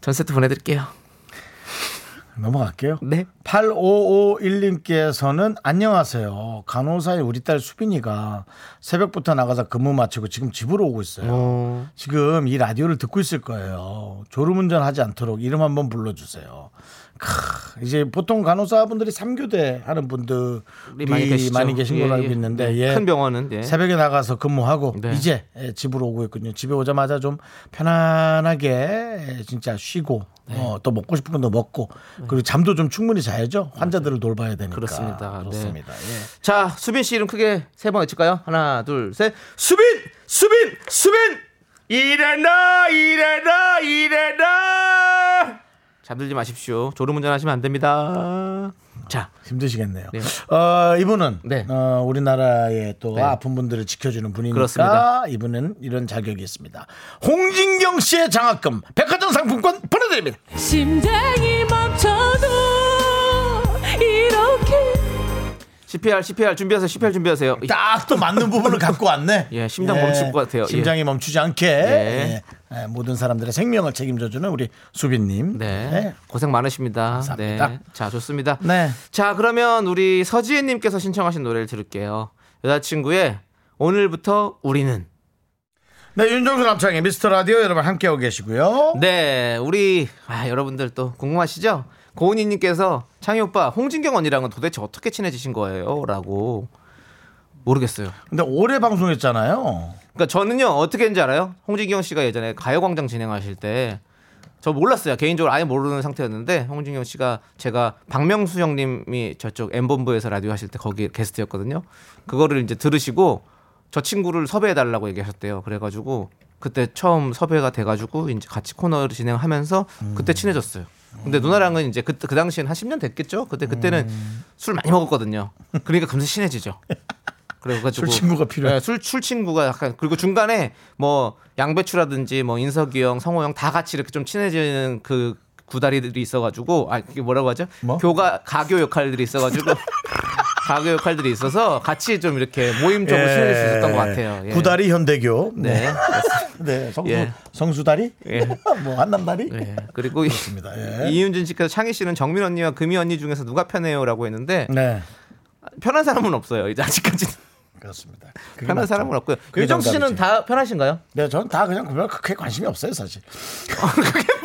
S2: 전 세트 보내드릴게요.
S3: 넘어갈게요.
S2: 네.
S3: 8551님께서는 안녕하세요. 간호사의 우리 딸 수빈이가 새벽부터 나가서 근무 마치고 지금 집으로 오고 있어요. 지금 이 라디오를 듣고 있을 거예요. 졸음운전 하지 않도록 이름 한번 불러주세요. 크, 이제 보통 간호사분들이 삼교대 하는 분들이 많이,
S2: 많이 계시죠.
S3: 계신 걸로
S2: 예,
S3: 알고
S2: 예.
S3: 있는데,
S2: 네,
S3: 예.
S2: 큰 병원은, 예.
S3: 새벽에 나가서 근무하고
S2: 네.
S3: 이제 예, 집으로 오고 있군요. 집에 오자마자 좀 편안하게 예, 진짜 쉬고
S2: 네.
S3: 어, 또 먹고 싶은 것도 먹고 그리고 잠도 좀 충분히 자야죠. 환자들을 돌봐야 되니까.
S2: 그렇습니다. 네.
S3: 그렇습니다. 예.
S2: 자, 수빈 씨 이름 크게 세 번 외칠까요? 하나, 둘, 셋. 수빈! 수빈! 수빈! 일어나! 일어나! 일어나! 잠들지 마십시오. 졸음운전 하시면 안 됩니다. 자,
S3: 힘드시겠네요.
S2: 네.
S3: 어, 이분은
S2: 네.
S3: 어, 우리나라의 또 아픈 분들을 지켜주는 분이니까
S2: 그렇습니다.
S3: 이분은 이런 자격이 있습니다. 홍진경 씨의 장학금 백화점 상품권 보내드립니다.
S9: 심장이 멈춰도 이렇게
S2: CPR, CPR 준비하세요. CPR 준비하세요. 이-
S3: 딱 또 맞는 부분을 갖고 왔네.
S2: 예, 심장 멈출 것 같아요. 예.
S3: 심장이 멈추지 않게
S2: 네.
S3: 예, 예, 모든 사람들의 생명을 책임져주는 우리 수빈님.
S2: 네. 고생 많으십니다.
S3: 감사합니다.
S2: 네. 자, 좋습니다.
S3: 네.
S2: 자, 그러면 우리 서지혜 님께서 신청하신 노래를 들을게요. 여자친구의 오늘부터 우리는
S3: 네, 윤정수 남창의 미스터 라디오 여러분 함께하고 계시고요.
S2: 네, 우리 아, 여러분들 또 궁금하시죠? 고은이님께서 창희 오빠 홍진경 언니랑은 도대체 어떻게 친해지신 거예요?라고 모르겠어요.
S3: 근데 올해 방송했잖아요.
S2: 그러니까 저는요 어떻게 했는지 알아요? 홍진경 씨가 예전에 가요광장 진행하실 때. 저 몰랐어요. 개인적으로 아예 모르는 상태였는데 홍진경 씨가 제가 박명수 형님이 저쪽 M본부에서 라디오 하실 때 거기 게스트였거든요. 그거를 이제 들으시고 저 친구를 섭외해 달라고 얘기하셨대요. 그래가지고 그때 처음 섭외가 돼가지고 이제 같이 코너를 진행하면서 그때 친해졌어요. 근데 누나랑은 이제 그때 그 당시엔 한 10년 됐겠죠. 그때 그때는 술 많이 먹었거든요. 그러니까 금세 친해지죠. 그래가지고
S3: 술 친구가 필요해.
S2: 네, 술, 술 친구가 약간 그리고 중간에 뭐 양배추라든지 뭐 인석이 형, 성호 형 다 같이 이렇게 좀 친해지는 그 구다리들이 있어가지고 아 이게 뭐라고 하죠?
S3: 뭐?
S2: 교가 가교 역할들이 있어가지고 가교 역할들이 있어서 같이 좀 이렇게 모임적으로 친해질 수 있었던 것 같아요. 예.
S3: 예. 구다리 현대교.
S2: 네.
S3: 네, 성수,
S2: 예.
S3: 성수다리?
S2: 예.
S3: 뭐, 한남다리?
S2: 예. 그리고 이-
S3: 그렇습니다. 예.
S2: 이윤준 씨께서 창희 씨는 정민 언니와 금희 언니 중에서 누가 편해요라고 했는데
S3: 네.
S2: 편한 사람은 없어요. 이제 아직까지는
S3: 그렇습니다. 그게
S2: 편한
S3: 맞죠.
S2: 사람은 없고요.
S3: 그게
S2: 유정수 씨는
S3: 정답이지.
S2: 다 편하신가요?
S3: 네, 저는 다 그냥 그별 그렇게 관심이 없어요, 사실.
S2: 아,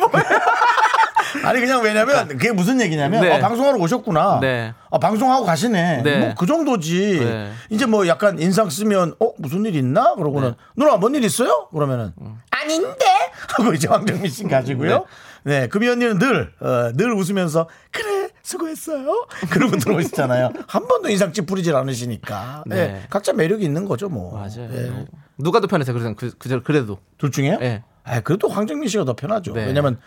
S3: 그게 뭐예요? 아니 그냥 왜냐면 그게 무슨 얘기냐면
S2: 그러니까. 네.
S3: 아, 방송하러 오셨구나.
S2: 네.
S3: 아, 방송하고 가시네.
S2: 네.
S3: 뭐 그 정도지.
S2: 네.
S3: 이제 뭐 약간 인상 쓰면 어 무슨 일 있나 그러고는 누나 뭔 일 있어요? 그러면은
S2: 음.
S3: 아닌데 하고 이제 황정민 씨 가지고요. 네, 금이 언니는 늘늘 어, 늘 웃으면서 그래 수고했어요. 그러고 들어오시잖아요. 한 번도 인상 찌푸리질 않으시니까. 네.
S2: 네.
S3: 각자 매력이 있는 거죠, 뭐.
S2: 맞아요.
S3: 네.
S2: 누가 더 편해서 그래서 그, 그, 그래도
S3: 둘 중에요?
S2: 네.
S3: 아, 그래도 황정민 씨가 더 편하죠.
S2: 네.
S3: 왜냐면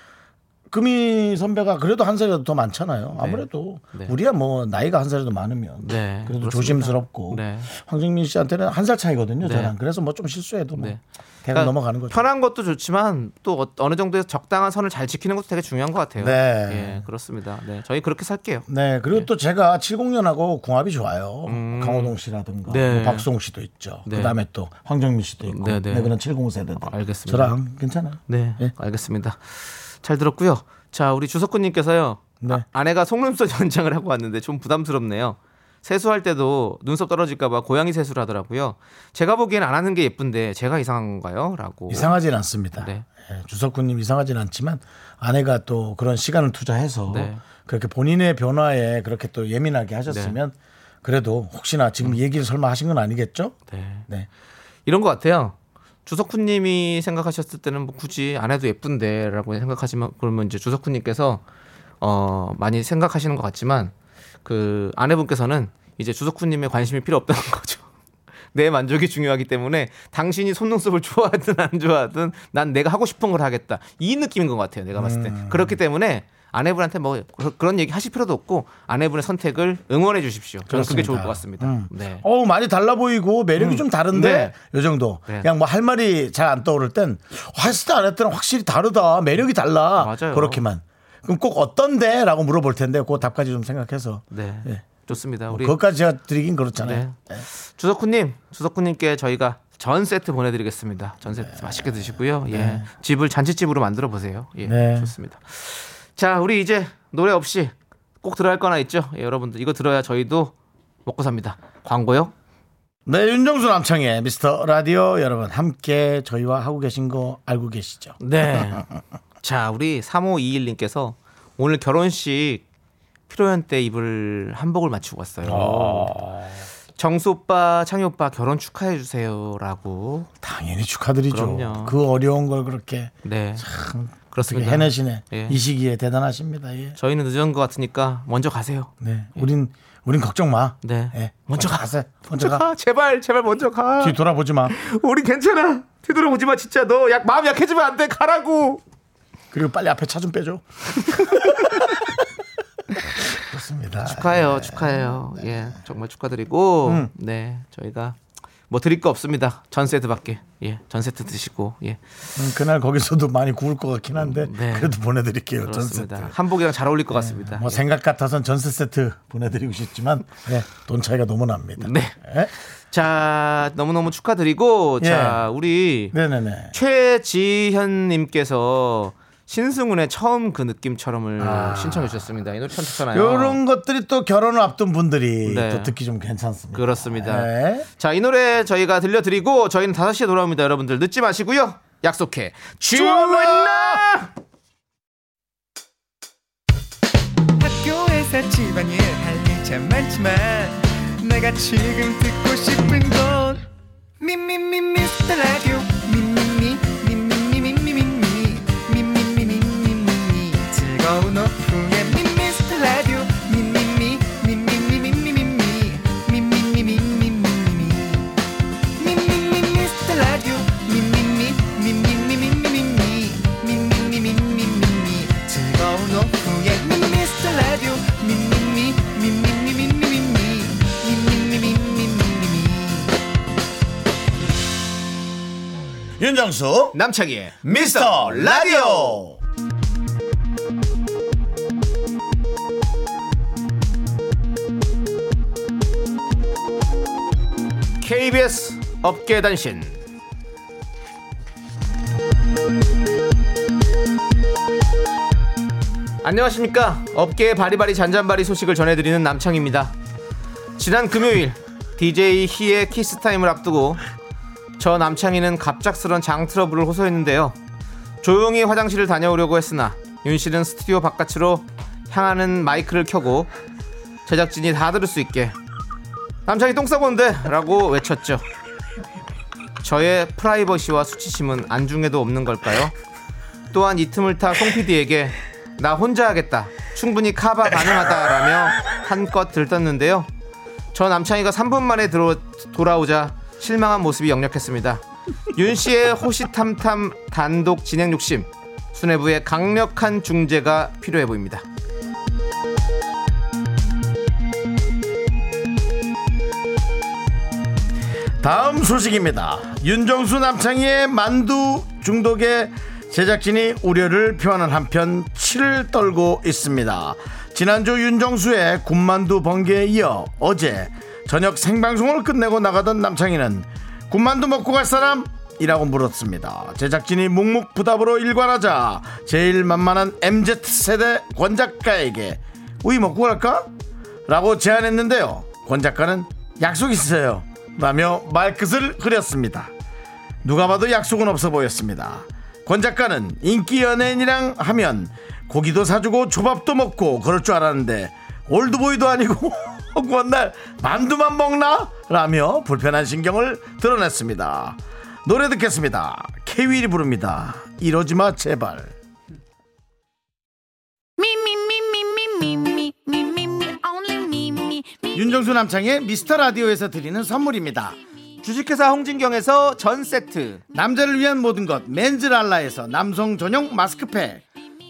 S3: 금희 선배가 그래도 한 살이라도 더 많잖아요. 아무래도
S2: 네.
S3: 우리야 뭐 나이가 한 살이라도 많으면
S2: 네,
S3: 그래도
S2: 그렇습니다.
S3: 조심스럽고
S2: 네.
S3: 황정민 씨한테는 한 살 차이거든요.
S2: 네.
S3: 저랑 그래서 뭐 좀 실수해도 뭐
S2: 네.
S3: 대가
S2: 그러니까
S3: 넘어가는 거죠.
S2: 편한 것도 좋지만 또 어- 어느 정도에서 적당한 선을 잘 지키는 것도 되게 중요한 것 같아요.
S3: 네.
S2: 예, 그렇습니다. 네, 저희 그렇게 살게요.
S3: 네 그리고 또 제가 70년하고 궁합이 좋아요. 강호동 씨라든가
S2: 음. 네.
S3: 뭐 박수홍 씨도 있죠.
S2: 네.
S3: 그다음에 또 황정민 씨도 있고
S2: 네,
S3: 네,
S2: 네.
S3: 그런 70 세대들.
S2: 알겠습니다.
S3: 저랑 괜찮아요.
S2: 네,
S3: 예.
S2: 알겠습니다. 잘 들었고요. 자, 우리 주석군님께서요.
S3: 네.
S2: 아, 내가 속눈썹 연장을 하고 왔는데 좀 부담스럽네요. 세수할 때도 눈썹 떨어질까봐 고양이 세수를 하더라고요. 제가 보기엔 안 하는 게 예쁜데 제가 이상한가요? 라고.
S3: 이상하진 않습니다.
S2: 네.
S3: 예, 주석구님 이상하진 않지만 아내가 또 그런 시간을 투자해서
S2: 네.
S3: 그렇게 본인의 변화에 그렇게 또 예민하게 하셨으면 그래도 혹시나 지금 이 얘기를 설마 하신 건 아니겠죠?
S2: 네.
S3: 네.
S2: 이런 것 같아요. 주석훈님이 생각하셨을 때는 뭐 굳이 안 해도 예쁜데라고 생각하지만 그러면 이제 주석훈님께서 어 많이 생각하시는 것 같지만 그 아내분께서는 이제 주석훈님의 관심이 필요 없다는 거죠. 내 만족이 중요하기 때문에 당신이 속눈썹을 좋아하든 안 좋아하든 난 내가 하고 싶은 걸 하겠다 이 느낌인 것 같아요. 내가 봤을 때
S3: 음.
S2: 그렇기 때문에 아내분한테 뭐 그- 그런 얘기 하실 필요도 없고 아내분의 선택을 응원해 주십시오. 저는 그게
S3: 그렇습니다.
S2: 좋을 것 같습니다.
S3: 음.
S2: 네.
S3: 어우 많이 달라 보이고 매력이 좀 다른데
S2: 네.
S3: 요 정도
S2: 네.
S3: 그냥 뭐 할 말이 잘 안 떠오를 땐 했을 때안 했을 때랑 확실히 다르다 매력이 달라
S2: 맞아요.
S3: 그렇게만 그럼 꼭 어떤데? 라고 물어볼 텐데 그 답까지 좀 생각해서
S2: 네.
S3: 예.
S2: 좋습니다. 우리
S3: 그것까지 제가 드리긴
S2: 네.
S3: 그렇잖아요 네.
S2: 주석훈님, 주석훈님께 저희가 전 세트 보내드리겠습니다. 전 세트 맛있게 드시고요. 예, 집을 잔치집으로 만들어 보세요. 예,
S3: 네.
S2: 좋습니다. 자, 우리 이제 노래 없이 꼭 들어야 할 거나 있죠. 예, 여러분들 이거 들어야 저희도 먹고 삽니다. 광고요.
S3: 네, 윤정수 남창의 미스터 라디오 여러분 함께 저희와 하고 계신 거 알고 계시죠?
S2: 네. 자, 우리 3521님께서 오늘 결혼식 피로연 때 입을 한복을 맞추고 왔어요. 정수 오빠, 창희 오빠 결혼 축하해 주세요라고.
S3: 당연히 축하드리죠.
S2: 그럼요.
S3: 그 어려운 걸 그렇게
S2: 네.
S3: 어떻게
S2: 그렇습니다.
S3: 해내시네.
S2: 예.
S3: 이 시기에 대단하십니다. 예.
S2: 저희는 늦은 것 같으니까 먼저 가세요.
S3: 네, 우린 우린 걱정 마.
S2: 네.
S3: 예.
S2: 먼저 가.
S3: 가세요. 먼저 가.
S2: 제발 제발 먼저 가.
S3: 뒤 돌아보지 마.
S2: 우리 괜찮아. 뒤돌아보지 마 진짜 너 약 마음 약해지면 안 돼. 가라고.
S3: 그리고 빨리 앞에 차 좀 빼줘. 그렇습니다.
S2: 축하해요. 축하해요. 예. 정말 축하드리고 네. 저희가 뭐 드릴 거 없습니다. 전 세트밖에. 예. 전 세트 드시고. 예.
S3: 음, 그날 거기서도 많이 구울 것 같긴 한데
S2: 네.
S3: 그래도 보내드릴게요.
S2: 그렇습니다. 예.
S3: 전세트.
S2: 한복이랑 잘 어울릴 것 같습니다.
S3: 뭐 생각 같아선 전세 세트 보내드리고 싶지만 네, 돈 차이가 너무 납니다.
S2: 네.
S3: 예?
S2: 자, 너무너무 축하드리고
S3: 예.
S2: 네. 자, 우리
S3: 네네네.
S2: 최지현님께서 신승훈의 처음 그 느낌처럼을 신청해 주셨습니다. 이 노래 참 아. 좋잖아요.
S3: 요런 것들이 또 결혼을 앞둔 분들이
S2: 네.
S3: 또 듣기 좀 괜찮습니다.
S2: 그렇습니다.
S3: 네.
S2: 자, 이 노래 저희가 들려드리고 저희는 5시에 돌아옵니다. 여러분들 늦지 마시고요. 약속해. 주원나
S10: 학교에서 집안일 할 일 참 많지만 내가 지금 듣고 싶은 건 미미미 미스터 라디오 미미미 미미미 미미미 미미미 미미미 즐거운 오후에 미미스터 라디오 미미미 미미미 미미미 미미미 미미미 미미미 미스터 라디오 미미미 미미미 미미미 미미미 미미미 즐거운 오후에 미스터 라디오 미미미 미미미 미미미 미미미 미미미
S3: 윤정수
S2: 남창희의
S3: 미스터 라디오.
S2: KBS 업계 단신. 안녕하십니까. 업계의 바리바리 잔잔바리 소식을 전해드리는 남창입니다. 지난 금요일 DJ 희의 키스타임을 앞두고 저 남창희는 갑작스런 장 트러블을 호소했는데요. 조용히 화장실을 다녀오려고 했으나 윤 씨는 스튜디오 바깥으로 향하는 마이크를 켜고 제작진이 다 들을 수 있게 남창이 똥 싸고는데 라고 외쳤죠 저의 프라이버시와 수치심은 안중에도 없는 걸까요? 또한 이 틈을 타 송PD에게 나 혼자 하겠다 충분히 카바 가능하다라며 한껏 들떴는데요 저 남창이가 3분 만에 들어, 돌아오자 실망한 모습이 역력했습니다 윤씨의 호시탐탐 단독 진행 욕심 수뇌부의 강력한 중재가 필요해 보입니다
S3: 다음 소식입니다. 윤정수 남창희의 만두 중독에 제작진이 우려를 표하는 한편 치를 떨고 있습니다. 지난주 윤정수의 군만두 번개에 이어 어제 저녁 생방송을 끝내고 나가던 남창희는 군만두 먹고 갈 사람? 이라고 물었습니다. 제작진이 묵묵부답으로 일관하자 제일 만만한 MZ세대 권 작가에게 우이 먹고 갈까? 라고 제안했는데요. 권 작가는 약속 있어요. 라며 말끝을 흐렸습니다. 누가 봐도 약속은 없어 보였습니다. 권 작가는 인기 연예인이랑 하면 고기도 사주고 조밥도 먹고 그럴 줄 알았는데 올드보이도 아니고 권날 만두만 먹나? 라며 불편한 신경을 드러냈습니다. 노래 듣겠습니다. 케윌이 부릅니다. 이러지 마 제발.
S5: Me, me, me, me, me, me, me, me, me, me, only me, me, me.
S3: 윤정수 남창의 미스터 라디오에서 드리는 선물입니다.
S2: 주식회사 홍진경에서 전 세트
S3: 남자를 위한 모든 것 맨즈랄라에서 남성 전용 마스크팩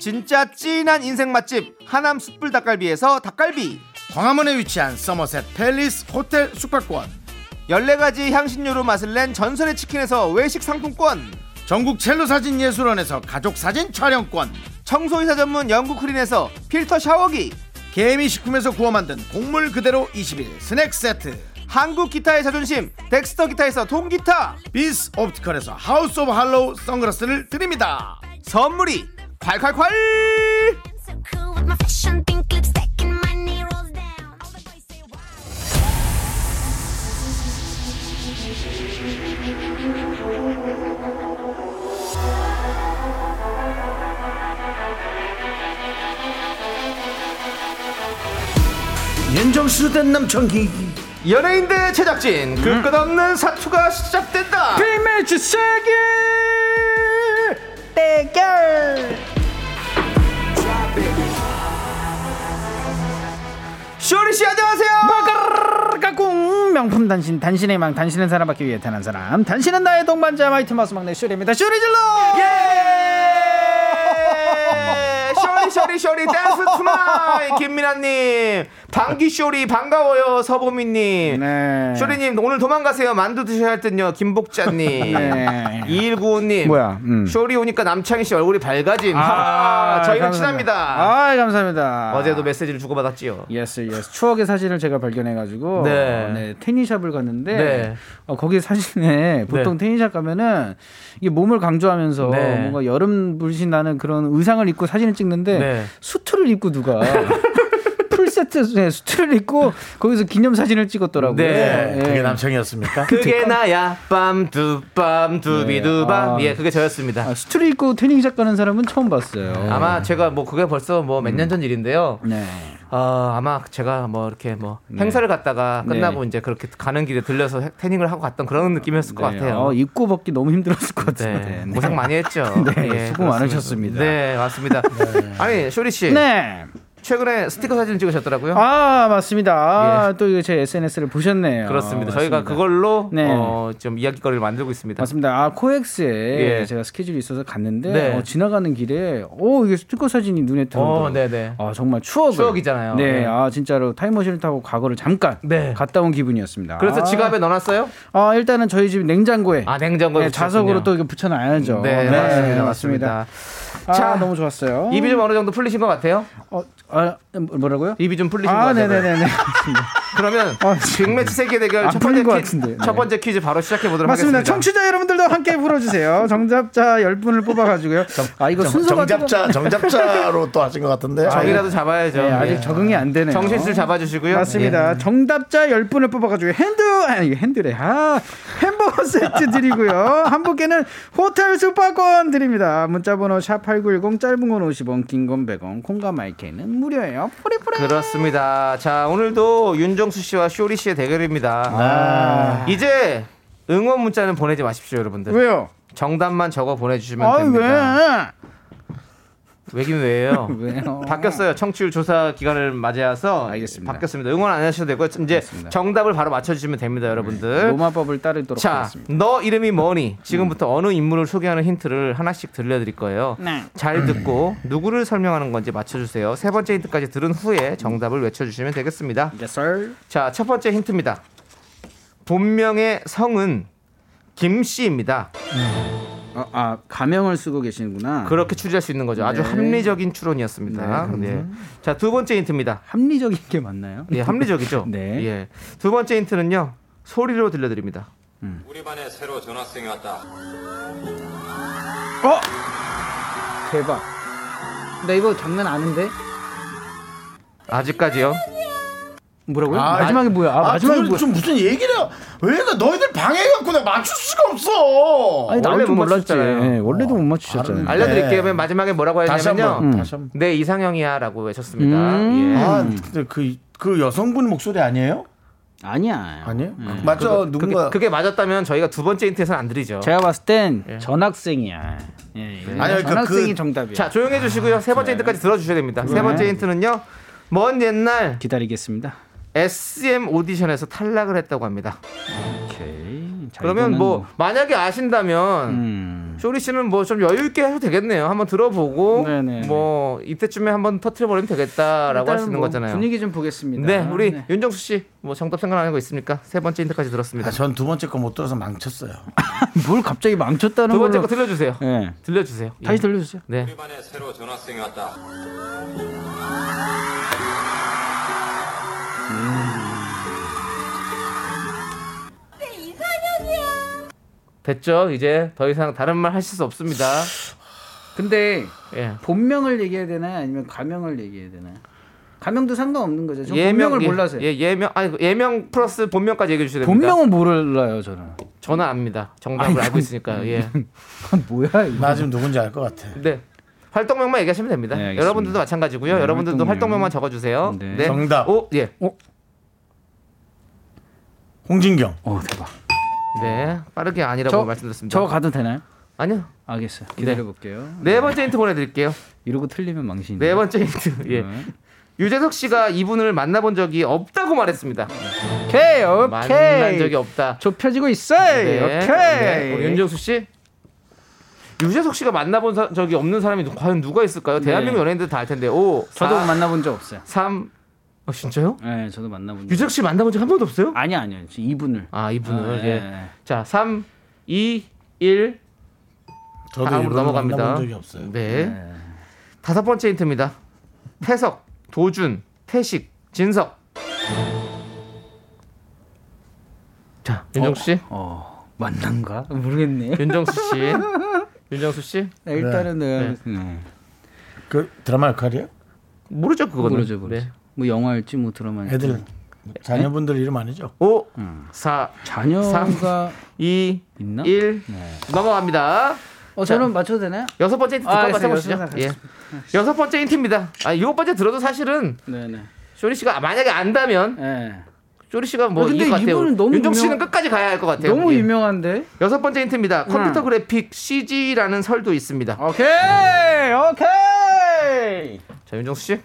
S2: 진짜 찐한 인생 맛집 하남 숯불 닭갈비에서 닭갈비
S3: 광화문에 위치한 서머셋 팰리스 호텔 숙박권
S2: 14가지 향신료로 맛을 낸 전설의 치킨에서 외식 상품권
S3: 전국 첼로 사진 예술원에서 가족 사진 촬영권
S2: 청소이사 전문 영국 크린에서 필터 샤워기
S3: 개미 식품에서 구워 만든 곡물 그대로 20일 스낵 세트
S2: 한국 기타의 자존심 덱스터 기타에서 통기타
S3: 비스 옵티컬에서 하우스 오브 할로우 선글라스를 드립니다
S2: 선물이 콸콸콸
S5: I'm so cool with my fashion pink lipstick and my knee rolls down. All the boys say wow.
S3: 윤정수 된 남청기
S2: 연예인 대 제작진
S7: 음?
S2: 그 끝없는 사투가 시작된다
S3: 빅매치 세계 대결
S2: 쇼리씨 안녕하세요
S7: 까꿍 명품 단신 단신의 망 단신은 사람밖에 위해 태어난 사람 단신은 나의 동반자 마이트 예! 마우스 막내 슈리입니다 슈리 질러
S2: 예! 쇼리 쇼리 쇼리 쇼리 댄스 투나잇 김민아님 방귀 쇼리 반가워요 서보미님
S7: 네.
S2: 쇼리님 오늘 도망가세요 만두 드셔야 할 듯요 김복자님
S7: 네.
S2: 2195님
S7: 뭐야, 음.
S2: 쇼리 오니까 남창희 씨 얼굴이 밝아짐
S7: 아,
S2: 아, 저희는
S7: 감사합니다.
S2: 친합니다
S7: 아, 감사합니다.
S2: 어제도 메시지를 주고받았지요
S7: 예스 예스 추억의 사진을 제가 발견해가지고
S2: 네.
S7: 어, 네, 테니샵을 갔는데
S2: 네.
S7: 어, 거기 사진에 보통 테니샵 가면은 이게 몸을 강조하면서
S2: 네.
S7: 뭔가 여름 물씬 나는 그런 의상을 입고 사진을 찍는데
S2: 네.
S7: 수트를 입고 누가 풀세트 네, 수트를 입고 거기서 기념 사진을 찍었더라고요.
S2: 네.
S7: 예.
S3: 그게 남청이었습니까?
S2: 그게 나야 빰두빰 두비두밤
S7: 네, 아.
S2: 예 그게 저였습니다
S7: 아, 수트를 입고 테니샵 가는 사람은 처음 봤어요. 음.
S2: 아마 제가 뭐 그게 벌써 뭐 몇 년 전 일인데요
S7: 네.
S2: 어, 아마 제가 뭐 이렇게 뭐 행사를 갔다가 끝나고
S7: 네.
S2: 이제 그렇게 가는 길에 들려서 해- 태닝을 하고 갔던 그런 느낌이었을 것
S7: 네,
S2: 같아요.
S7: 어, 입고 벗기 너무 힘들었을 것
S2: 네,
S7: 같은데. 네.
S2: 고생 많이 했죠.
S7: 네,
S2: 예,
S7: 수고
S2: 그렇습니다.
S7: 많으셨습니다.
S2: 네, 맞습니다. 아니, 쇼리 씨.
S7: 네.
S2: 최근에 스티커 사진 찍으셨더라고요.
S7: 아 맞습니다. 아, 또 이거 제 SNS를 보셨네요.
S2: 예. 그렇습니다.
S7: 맞습니다.
S2: 저희가 그걸로
S7: 네.
S2: 어, 좀 이야기거리를 만들고 있습니다.
S7: 맞습니다. 아 코엑스에
S2: 예.
S7: 제가 스케줄이 있어서 갔는데
S2: 네.
S7: 어, 지나가는 길에 오 이게 스티커 사진이 눈에
S2: 어,
S7: 들어오더라고요.
S2: 네, 네.
S7: 아 정말 추억을
S2: 추억이잖아요.
S7: 네,
S2: 네.
S7: 아 진짜로 타임머신을 타고 과거를 잠깐
S2: 네.
S7: 갔다 온 기분이었습니다.
S2: 그래서
S7: 아,
S2: 지갑에 넣어놨어요?
S7: 아 일단은 저희 집 냉장고에
S2: 아, 냉장고에
S7: 네, 자석으로
S2: 붙였군요.
S7: 또 이거 붙여놔야죠.
S2: 네, 맞습니다. 맞습니다.
S7: 자
S2: 자,
S7: 아, 너무 좋았어요.
S2: 입이 좀 어느 정도 풀리신 것 같아요?
S7: 어, 아, 뭐라고요?
S2: 입이 좀 풀리신 것
S7: 아
S2: 같아요.
S7: 네네네네.
S2: 그러면
S7: 아,
S2: 빅매치 세계 대결
S7: 안
S2: 첫 번째
S7: 풀린 것
S2: 퀴즈,
S7: 같은데.
S2: 첫
S7: 네.
S2: 번째 퀴즈 바로 시작해 보도록 하겠습니다.
S7: 맞습니다. 청취자 여러분들도 함께 풀어주세요. 정답자 10분을 뽑아가지고요. 아, 이거 순서가.
S3: 정잡자 정잡자로 또 하신 것 같은데.
S2: 정이라도 잡아야죠.
S7: 조금- 네, 아직
S2: 예.
S7: 적응이 안 되네요.
S2: 정신줄 잡아주시고요. 예.
S7: 맞습니다. 정답자 10분을 뽑아가지고 핸드, 아니, 이거 핸드래. 아, 햄버거 세트 드리고요. 한복에는 호텔 숙박권 드립니다. 문자번호 샵8910 짧은 건 50원, 긴 건 100원, 콩과 마이크는 무료예요. 뿌리뿌리.
S2: 그렇습니다. 자, 오늘도 윤정수 씨와 쇼리 씨의 대결입니다. 이제 응원 문자는 보내지 마십시오, 여러분들.
S7: 아. 왜요?
S2: 정답만 적어 보내주시면
S7: 아,
S2: 됩니다.
S7: 왜?
S2: 왜긴 왜예요?
S7: 왜요?
S2: 바뀌었어요. 청취율 조사 기간을 맞이해서
S7: 알겠습니다.
S2: 바뀌었습니다. 응원 안 하셔도 되고 이제
S7: 맞습니다.
S2: 정답을 바로 맞춰주시면 됩니다, 여러분들.
S7: 로마법을 따르도록
S2: 자,
S7: 하겠습니다. 음.
S2: 너 이름이 뭐니? 지금부터 어느 인물을 소개하는 힌트를 하나씩 들려드릴 거예요.
S7: 네.
S2: 잘 듣고 누구를 설명하는 건지 맞춰주세요. 세 번째 힌트까지 들은 후에 정답을 외쳐주시면 되겠습니다.
S7: Yes, sir.
S2: 자, 첫 번째 힌트입니다. 본명의 성은 김씨입니다.
S7: 어, 아, 가명을 쓰고 계시는구나.
S2: 그렇게 추리할 수 있는 거죠. 아주
S7: 네.
S2: 합리적인 추론이었습니다. 네. 자, 두 번째 힌트입니다.
S7: 합리적인 게 맞나요?
S2: 예, 합리적이죠.
S7: 네.
S2: 예. 두 번째 힌트는요. 소리로 들려드립니다.
S11: 우리 반에 새로 전학생이 왔다.
S7: 대박. 나 이거 장난 아는데?
S2: 아직까지요.
S7: 뭐라고요?
S3: 아,
S7: 마지막에 뭐야? 아, 마지막에
S3: 둘
S7: 뭐야?
S3: 좀 무슨 얘기를 왜나 너희들 방해해갖고 내가 맞출 수가 없어.
S7: 아니, 나올
S2: 원래
S7: 줄
S2: 못
S7: 몰랐지.
S2: 맞추셨잖아요.
S7: 예, 네. 원래도 못 맞추셨잖아요.
S3: 알았는데.
S2: 알려드릴게요. 맨 마지막에 뭐라고
S3: 다시
S2: 하냐면요.
S3: 한번 다시 한번.
S2: 내 이상형이야라고 외쳤습니다.
S7: 음.
S2: 예.
S3: 아 근데 그그 여성분 목소리 아니에요?
S7: 아니야. 음.
S3: 아니에요? 맞죠
S2: 그게,
S3: 누군가
S2: 그게 맞았다면 저희가 두 번째 힌트에서는 안 드리죠.
S7: 제가 봤을 땐 전학생이야. 예,
S3: 아니요, 그러니까
S7: 전학생이
S3: 그-
S7: 정답이야.
S2: 자 조용해 주시고요. 세 번째 힌트까지 들어주셔야 됩니다. 세 번째 힌트는요. 먼 옛날
S7: 네. 기다리겠습니다.
S2: SM 오디션에서 탈락을 했다고 합니다.
S7: 오케이. 자,
S2: 그러면
S7: 이거는
S2: 뭐 만약에 아신다면
S7: 음.
S2: 쇼리 씨는 뭐 좀 여유 있게 해도 되겠네요. 한번 들어보고
S7: 네네.
S2: 뭐 이때쯤에 한번 터트려 버리면 되겠다라고 할
S7: 일단은
S2: 수 있는
S7: 뭐
S2: 거잖아요.
S7: 분위기 좀 보겠습니다.
S2: 네, 우리 윤정수 씨 뭐 정답 생각나는 거 있습니까? 세 번째 힌트까지 들었습니다.
S3: 아, 전 두 번째 거 못 들어서 망쳤어요.
S7: 뭘 갑자기 망쳤다는
S2: 두 번째 거
S7: 걸로-
S2: 들려주세요.
S7: 예.
S2: 들려주세요. 예.
S7: 다시 들려주세요.
S2: 네.
S11: 우리 반에 새로 전학생이 왔다.
S2: 됐죠. 이제 더 이상 다른 말 하실 수 없습니다.
S7: 근데
S2: 예.
S7: 본명을 얘기해야 되나 아니면 가명을 얘기해야 되나? 가명도 상관없는 거죠. 저 본명을
S2: 예,
S7: 몰라서요.
S2: 예, 예명 아니 예명 플러스 본명까지 얘기해 주셔야 됩니다.
S7: 본명은 뭐, 몰라요 저는.
S2: 저는 압니다. 정답을 알고 있으니까. 예.
S7: 뭐야 이거?
S3: 나 지금 누군지 알 것 같아.
S2: 네. 활동명만 얘기하시면 됩니다.
S7: 네, 알겠습니다.
S2: 여러분들도 마찬가지고요.
S7: 네,
S2: 여러분들도
S7: 활동명.
S2: 활동명만 적어 주세요.
S7: 네.
S3: 정답.
S2: 오, 예.
S3: 홍진경.
S7: 어 대박.
S2: 네. 빠르게 아니라고
S7: 음. 저-
S2: 말씀드렸습니다.
S7: 저 가도 되나요?
S2: 아니요.
S7: 알겠어요. 기다려볼게요.
S2: 네 번째 힌트 보내 드릴게요.
S7: 이러고 틀리면 망신이.
S2: 네 번째 힌트. 예. 유재석 씨가 이분을 만나본 적이 없다고 말했습니다.
S7: 오케이
S2: 만난
S7: 오케이.
S2: 적이 없다.
S7: 좁혀지고 있어.
S2: 네.
S7: 오케이.
S2: 네. 우리 윤정수 씨. 유재석 씨가 만나본 사- 적이 없는 사람이 누- 과연 누가 있을까요?
S7: 네.
S2: 대한민국 연예인들 다 알 텐데. 오,
S7: 저도
S2: 사,
S7: 만나본 적 없어요.
S2: 3 아, 진짜요?
S7: 네, 저도 만나본 적.
S2: 유재석 씨 만나본 적 한 번도 없어요?
S7: 아니 아니요. 저 이분을.
S2: 아, 이분을.
S7: 아,
S2: 예.
S7: 예.
S2: 자, 3 2 1
S3: 저도
S2: 다음으로
S3: 이분을
S2: 넘어갑니다.
S3: 만나본 적이 없어요.
S2: 네. 다섯 번째 힌트입니다. 태석, 도준, 태식, 진석. 자, 윤정수 씨.
S7: 어, 만난가? 모르겠네.
S2: 윤정수 씨. 윤정수 씨.
S7: 네, 일단은 네.
S3: 그 드라마 역할이요?
S2: 모르죠, 그거는. 네.
S7: 모르죠, 모르죠. 뭐 영화일지 뭐 드라마일지.
S3: 애들 자녀분들 이름 아니죠?
S2: 5 4
S7: 음. 자녀가
S2: 2
S7: 있나? 네.
S2: 1 넘어갑니다.
S7: 어, 저는 맞춰도 되나요?
S2: 여섯 번째 힌트
S7: 아,
S2: 잠깐
S7: 알겠어요.
S2: 맞춰보시죠.
S7: 여섯 번째
S2: 예. 여섯 번째 힌트입니다. 아, 일곱 번째 들어도 사실은
S7: 네, 네.
S2: 쇼리 씨가 만약에 안다면
S7: 네.
S2: 쇼리 씨가 뭐
S7: 아, 근데
S2: 이길 것 같아요.
S7: 이분은 너무
S2: 윤정 씨는
S7: 유명한-
S2: 끝까지 가야 할 것 같아요.
S7: 너무
S2: 예.
S7: 유명한데.
S2: 여섯 번째 힌트입니다.
S7: 음.
S2: 컴퓨터
S7: 아.
S2: 그래픽 CG라는 설도 있습니다.
S7: 오케이. 오케이.
S2: 자, 윤정수 씨.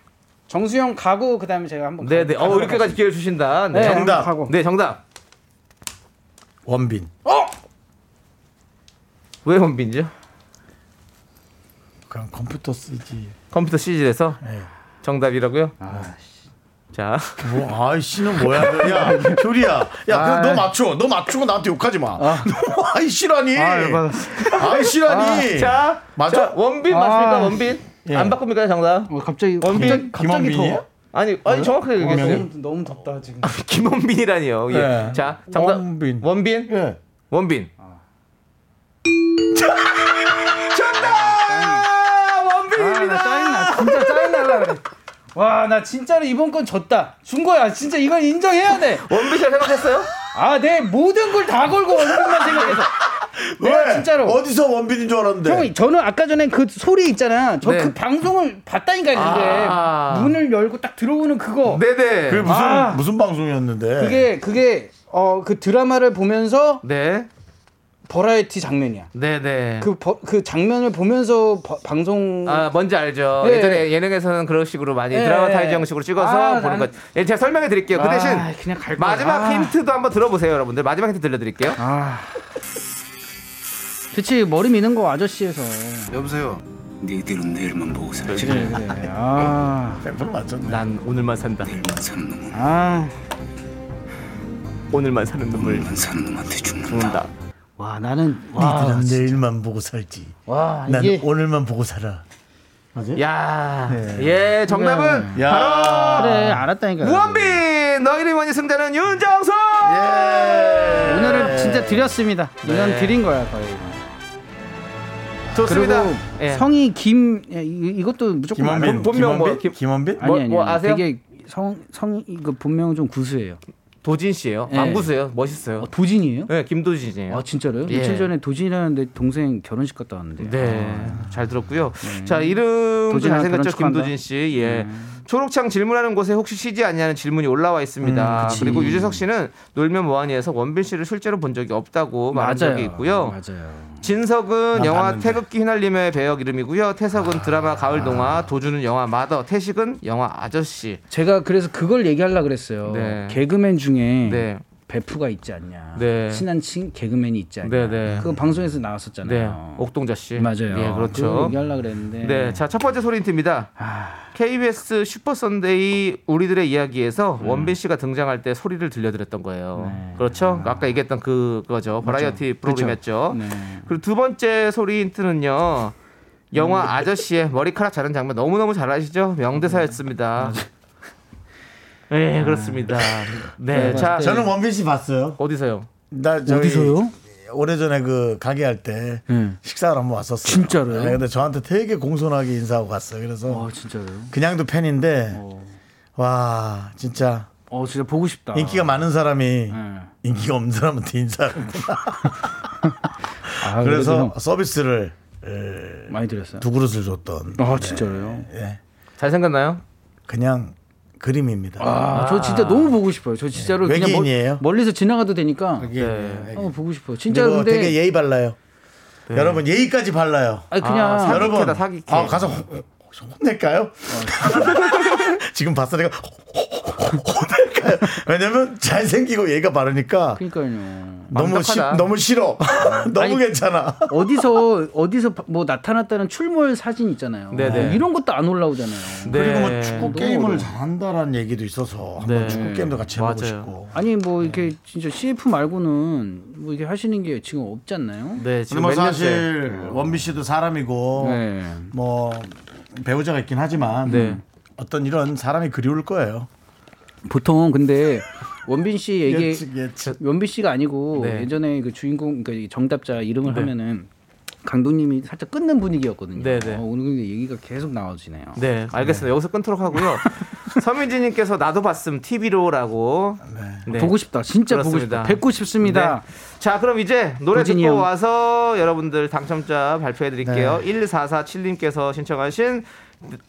S7: 정수영 가고 그다음에 제가 한번
S2: 네, 네. 어, 이렇게까지 기회를 주신다. 네.
S7: 정답.
S3: 정답.
S7: 가고.
S2: 네, 정답.
S3: 원빈.
S7: 어?
S2: 왜 원빈이죠?
S3: 그냥 컴퓨터 쓰지.
S2: 컴퓨터 CG에서
S3: 네.
S2: 정답이라고요?
S7: 아,
S2: 자,
S3: 뭐, 아이씨는 뭐야? 야, 조리야. 야, 그럼
S7: 아.
S3: 너 맞춰. 너 맞추고 나한테 욕하지 마. 아이씨라니.
S7: 아, 열받았어.
S3: 아이씨라니.
S2: 자,
S3: 맞아.
S2: 자, 원빈
S7: 아.
S2: 맞습니까? 원빈 안 바꿉니까 정답?
S7: 어, 갑자기
S2: 원빈
S7: 갑자기
S3: 김원빈이에요?
S7: 더
S2: 아니, 아니 정확하게 얘기했어요. 아,
S7: 너무, 너무 덥다 지금.
S2: 김원빈이라니요. 예.
S3: 네.
S2: 자, 정답.
S3: 원빈.
S2: 원빈.
S3: 예.
S2: 원빈.
S7: 아.
S2: 정답!
S7: 아,
S2: 원빈입니다.
S7: 나 짜증나. 진짜 짜증날라 그래. 와, 나 진짜로 이번 건 졌다. 준 거야. 진짜 이건 인정해야 돼.
S2: 원빈 잘 생각했어요?
S7: 아, 내 모든 걸 다 걸고 원빈만 생각해서. 내가
S3: 왜?
S7: 진짜로.
S3: 어디서 원빈인 줄 알았는데.
S7: 형, 저는 아까 전에 그 소리 있잖아. 저 그
S2: 네.
S7: 방송을 봤다니까 근데
S2: 아.
S7: 문을 열고 딱 들어오는 그거.
S2: 네네.
S3: 그게 무슨
S7: 아.
S3: 무슨 방송이었는데.
S7: 그게 그게 어 그 드라마를 보면서
S2: 네.
S7: 버라이티 장면이야.
S2: 네네.
S7: 그, 버- 그 장면을 보면서 버- 방송
S2: 아, 뭔지 알죠.
S7: 예.
S2: 예전에 예능에서는 그런 식으로 많이
S7: 예.
S2: 드라마타이즈 형식으로 찍어서
S7: 아,
S2: 보는
S7: 나는-
S2: 것. 예, 제가 설명해 드릴게요. 그
S7: 아,
S2: 대신
S7: 그냥 갈 거야.
S2: 마지막
S7: 아.
S2: 힌트도 한번 들어보세요, 여러분들. 마지막 힌트 들려드릴게요.
S7: 아. 그치 머리 미는 거 아저씨에서
S3: 여보세요.
S11: 니들은 내일만 보고 살지
S7: 그래 그래 아,
S3: 샘플 맞췄네.
S2: 난 오늘만 산다.
S11: 내일만 사는 놈은
S7: 아.
S2: 오늘만 사는 눈물
S11: 만 사는 놈한테 죽는다
S2: 죽는다.
S7: 와 나는
S3: 니들은
S7: 와, 아, 진짜.
S3: 내일만 보고 살지.
S7: 와
S3: 난
S7: 이게
S3: 오늘만 보고 살아. 맞아요?
S2: 야, 예, 정답은
S3: 야.
S7: 네. 그래 알았다니까
S2: 무원빈 너희를 원이 승자는 윤정수.
S3: 예.
S7: 오늘은 진짜 드렸습니다 이건 드린 거야 거의
S2: 네. 좋습니다.
S7: 그리고
S2: 예.
S7: 성이 김 야, 이- 이것도 무조건
S3: 김원빈.
S7: 알아.
S2: 본- 본명 뭐예요?
S3: 김원빈?
S2: 김-
S3: 김원빈?
S7: 아니
S2: 뭐-
S7: 아니
S2: 뭐
S7: 아니.
S2: 아세요?
S7: 되게 성성 이거 본명은 좀 구수해요
S2: 도진 씨예요.
S7: 예.
S2: 망구수예요. 멋있어요.
S7: 어, 도진이에요?
S2: 네, 김도진이에요.
S7: 아 진짜로요?
S2: 예.
S7: 며칠 전에 도진이라는 내 동생 결혼식 갔다 왔는데
S2: 네, 잘 들었고요. 자, 이름도
S7: 아. 음. 도진아, 결혼
S2: 잘생겼죠,
S7: 축하한다. 음.
S2: 김도진 씨. 예. 초록창 질문하는 곳에 혹시 CG 아니냐는 질문이 올라와 있습니다.
S7: 음, 그치.
S2: 그리고 유재석 씨는 놀면 뭐하니에서 원빈 씨를 실제로 본 적이 없다고 말한 적이 있고요.
S7: 음, 맞아요.
S2: 진석은
S3: 난
S2: 영화
S3: 봤는데.
S2: 태극기 휘날림의 배역 이름이고요.
S7: 아.
S2: 태석은 드라마 가을 동화, 도준은 영화 마더, 태식은 영화 아저씨.
S7: 제가 그래서 그걸 얘기하려 그랬어요.
S2: 네.
S7: 개그맨 중에
S2: 네.
S7: 베프가 있지 않냐.
S2: 네.
S7: 친한 친 개그맨이 있지 않냐.
S2: 네, 네.
S7: 그거 방송에서
S2: 네.
S7: 나왔었잖아요.
S2: 옥동자 씨.
S7: 맞아요.
S2: 예,
S7: 그걸
S2: 그렇죠.
S7: 얘기하려 그랬는데.
S2: 네, 자 첫 번째 소리 힌트입니다. KBS 슈퍼 선데이 우리들의 이야기에서 원빈 씨가 등장할 때 소리를 들려드렸던 거예요. 그렇죠? 아까 얘기했던 그- 그거죠. 버라이어티 프로그램이었죠.
S7: 네.
S2: 그리고 두 번째 소리 힌트는요. 영화 아저씨의 머리카락 자른 장면 너무너무 잘 아시죠? 명대사였습니다. 네, 그렇습니다. 네, 자
S3: 아, 저는 뭐 원빈 씨 봤어요.
S2: 어디서요?
S3: 나 저기
S7: 어디서요?
S3: 오래전에 그 가게 할 때
S7: 음.
S3: 식사를 한번 왔었어요.
S7: 진짜로요?
S3: 네, 근데 저한테 되게 공손하게 인사하고 갔어요. 그래서
S7: 와 진짜로요?
S3: 그냥도 팬인데 와 진짜
S7: 어 진짜 보고 싶다.
S3: 인기가 많은 사람이
S7: 네.
S3: 인기가 없는 사람한테 인사하는구나.
S7: 아, 그래서
S3: 그래서
S7: 형
S3: 서비스를 에,
S7: 많이 드렸어요.
S3: 두 그릇을 줬던
S7: 아 진짜로요?
S3: 예,
S2: 잘 생겼나요?
S3: 그냥 그림입니다.
S7: 아, 저 진짜 너무 보고 싶어요. 저 진짜로 그냥 멀-
S3: 외계인이에요?
S7: 멀리서 지나가도 되니까.
S3: 이게
S7: 어, 보고 싶어요. 진짜
S3: 그리고
S7: 근데
S3: 되게 예의 발라요. 여러분 예의까지 발라요.
S7: 아니 그냥
S2: 아, 사기- 사기캐다,
S3: 여러분
S2: 사기캐.
S3: 어. 아, 가서 호- 호- 혼낼까요? 지금 봤어 내가 호들갑. 왜냐면 잘생기고 얘가 바르니까.
S7: 그러니까요.
S3: 너무 시,
S7: 완벽하다.
S3: 너무 싫어. 너무
S7: 아니,
S3: 괜찮아.
S7: 어디서 어디서 뭐 나타났다는 출몰 사진 있잖아요.
S3: 네네.
S7: 이런 것도 안 올라오잖아요.
S3: 그리고
S2: 네.
S3: 뭐 축구
S7: 네. 너무
S3: 게임을
S7: 어려워.
S3: 잘한다라는 얘기도 있어서 한번
S7: 네.
S3: 축구 게임도 같이 해보고
S7: 맞아요.
S3: 싶고.
S7: 아니 뭐 이렇게 진짜 CF 말고는 뭐 이게 하시는 게 지금 없지 않나요?
S2: 네,
S3: 근데 뭐 사실 원미 씨도
S2: 어.
S3: 사람이고
S7: 네.
S3: 뭐 배우자가 있긴 하지만
S7: 네.
S3: 어떤 이런 사람이 그리울 거예요.
S7: 보통 근데 원빈 씨 얘기
S3: 예측,
S7: 원빈 씨가 아니고
S3: 네.
S7: 예전에 그 주인공 그러니까 이 정답자 이름을 하면은 강동님이 살짝 끊는 분위기였거든요.
S2: 네, 네.
S7: 어, 오늘 근데 얘기가 계속 나와지네요.
S2: 네, 알겠습니다. 여기서 끊도록 하고요. 서민지님께서 나도 봤음 TV로라고. 네.
S7: 보고 싶다. 진짜 보고 싶다. 네. 뵙고 싶습니다.
S2: 자, 그럼 이제 노래
S7: 도진이
S2: 듣고
S7: 형.
S2: 와서 여러분들 당첨자 발표해 드릴게요.
S7: 네.
S2: 1447님께서 신청하신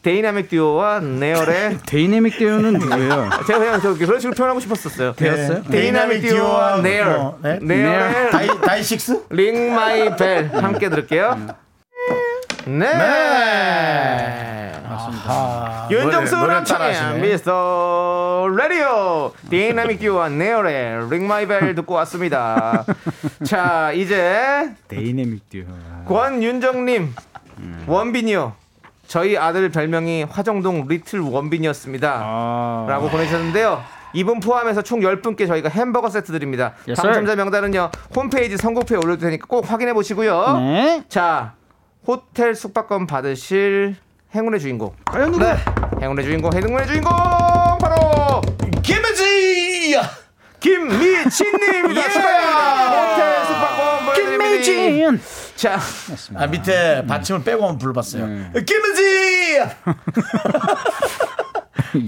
S2: 데이나믹 듀오와 네얼의
S7: 데이나믹 듀오는 누구예요?
S2: 제가 그냥 저 그런 식으로 표현하고 싶었었어요.
S3: 되었어요?
S2: 네. 데이나믹 듀오와 네얼.
S3: 뭐, 네?
S2: 네얼의
S3: 다이, 다이식스?
S2: 링 마이 벨 함께 들을게요. 네.
S3: 맞습니다.
S2: 윤정수 남창의 미스터 라디오 데이나믹 듀오와 네얼의 링 마이 벨 듣고 왔습니다. 자 이제
S7: 데이나믹 듀오.
S2: 권윤정님 원빈이요. 저희 아들 별명이 화정동 리틀 원빈이었습니다. 라고 보내주셨는데요. 이분 포함해서 총 10분께 저희가 햄버거 세트 드립니다.
S7: Yes, sir.
S2: 당첨자 명단은요. 홈페이지 선곡표에 올려둘 테니까 꼭 확인해 보시고요.
S7: 네.
S2: 자, 호텔 숙박권 받으실 행운의 주인공. 과연 누구? 행운의 주인공, 행운의 주인공 바로 김미지! 김미진님입니다.
S3: 예!
S2: 축하드립니다. 호텔 숙박권 보내드립니다.
S3: 김미진!
S2: 자,
S3: 아,
S7: 음.
S3: 밑에 받침을 빼고 한번 불러봤어요. 김은지!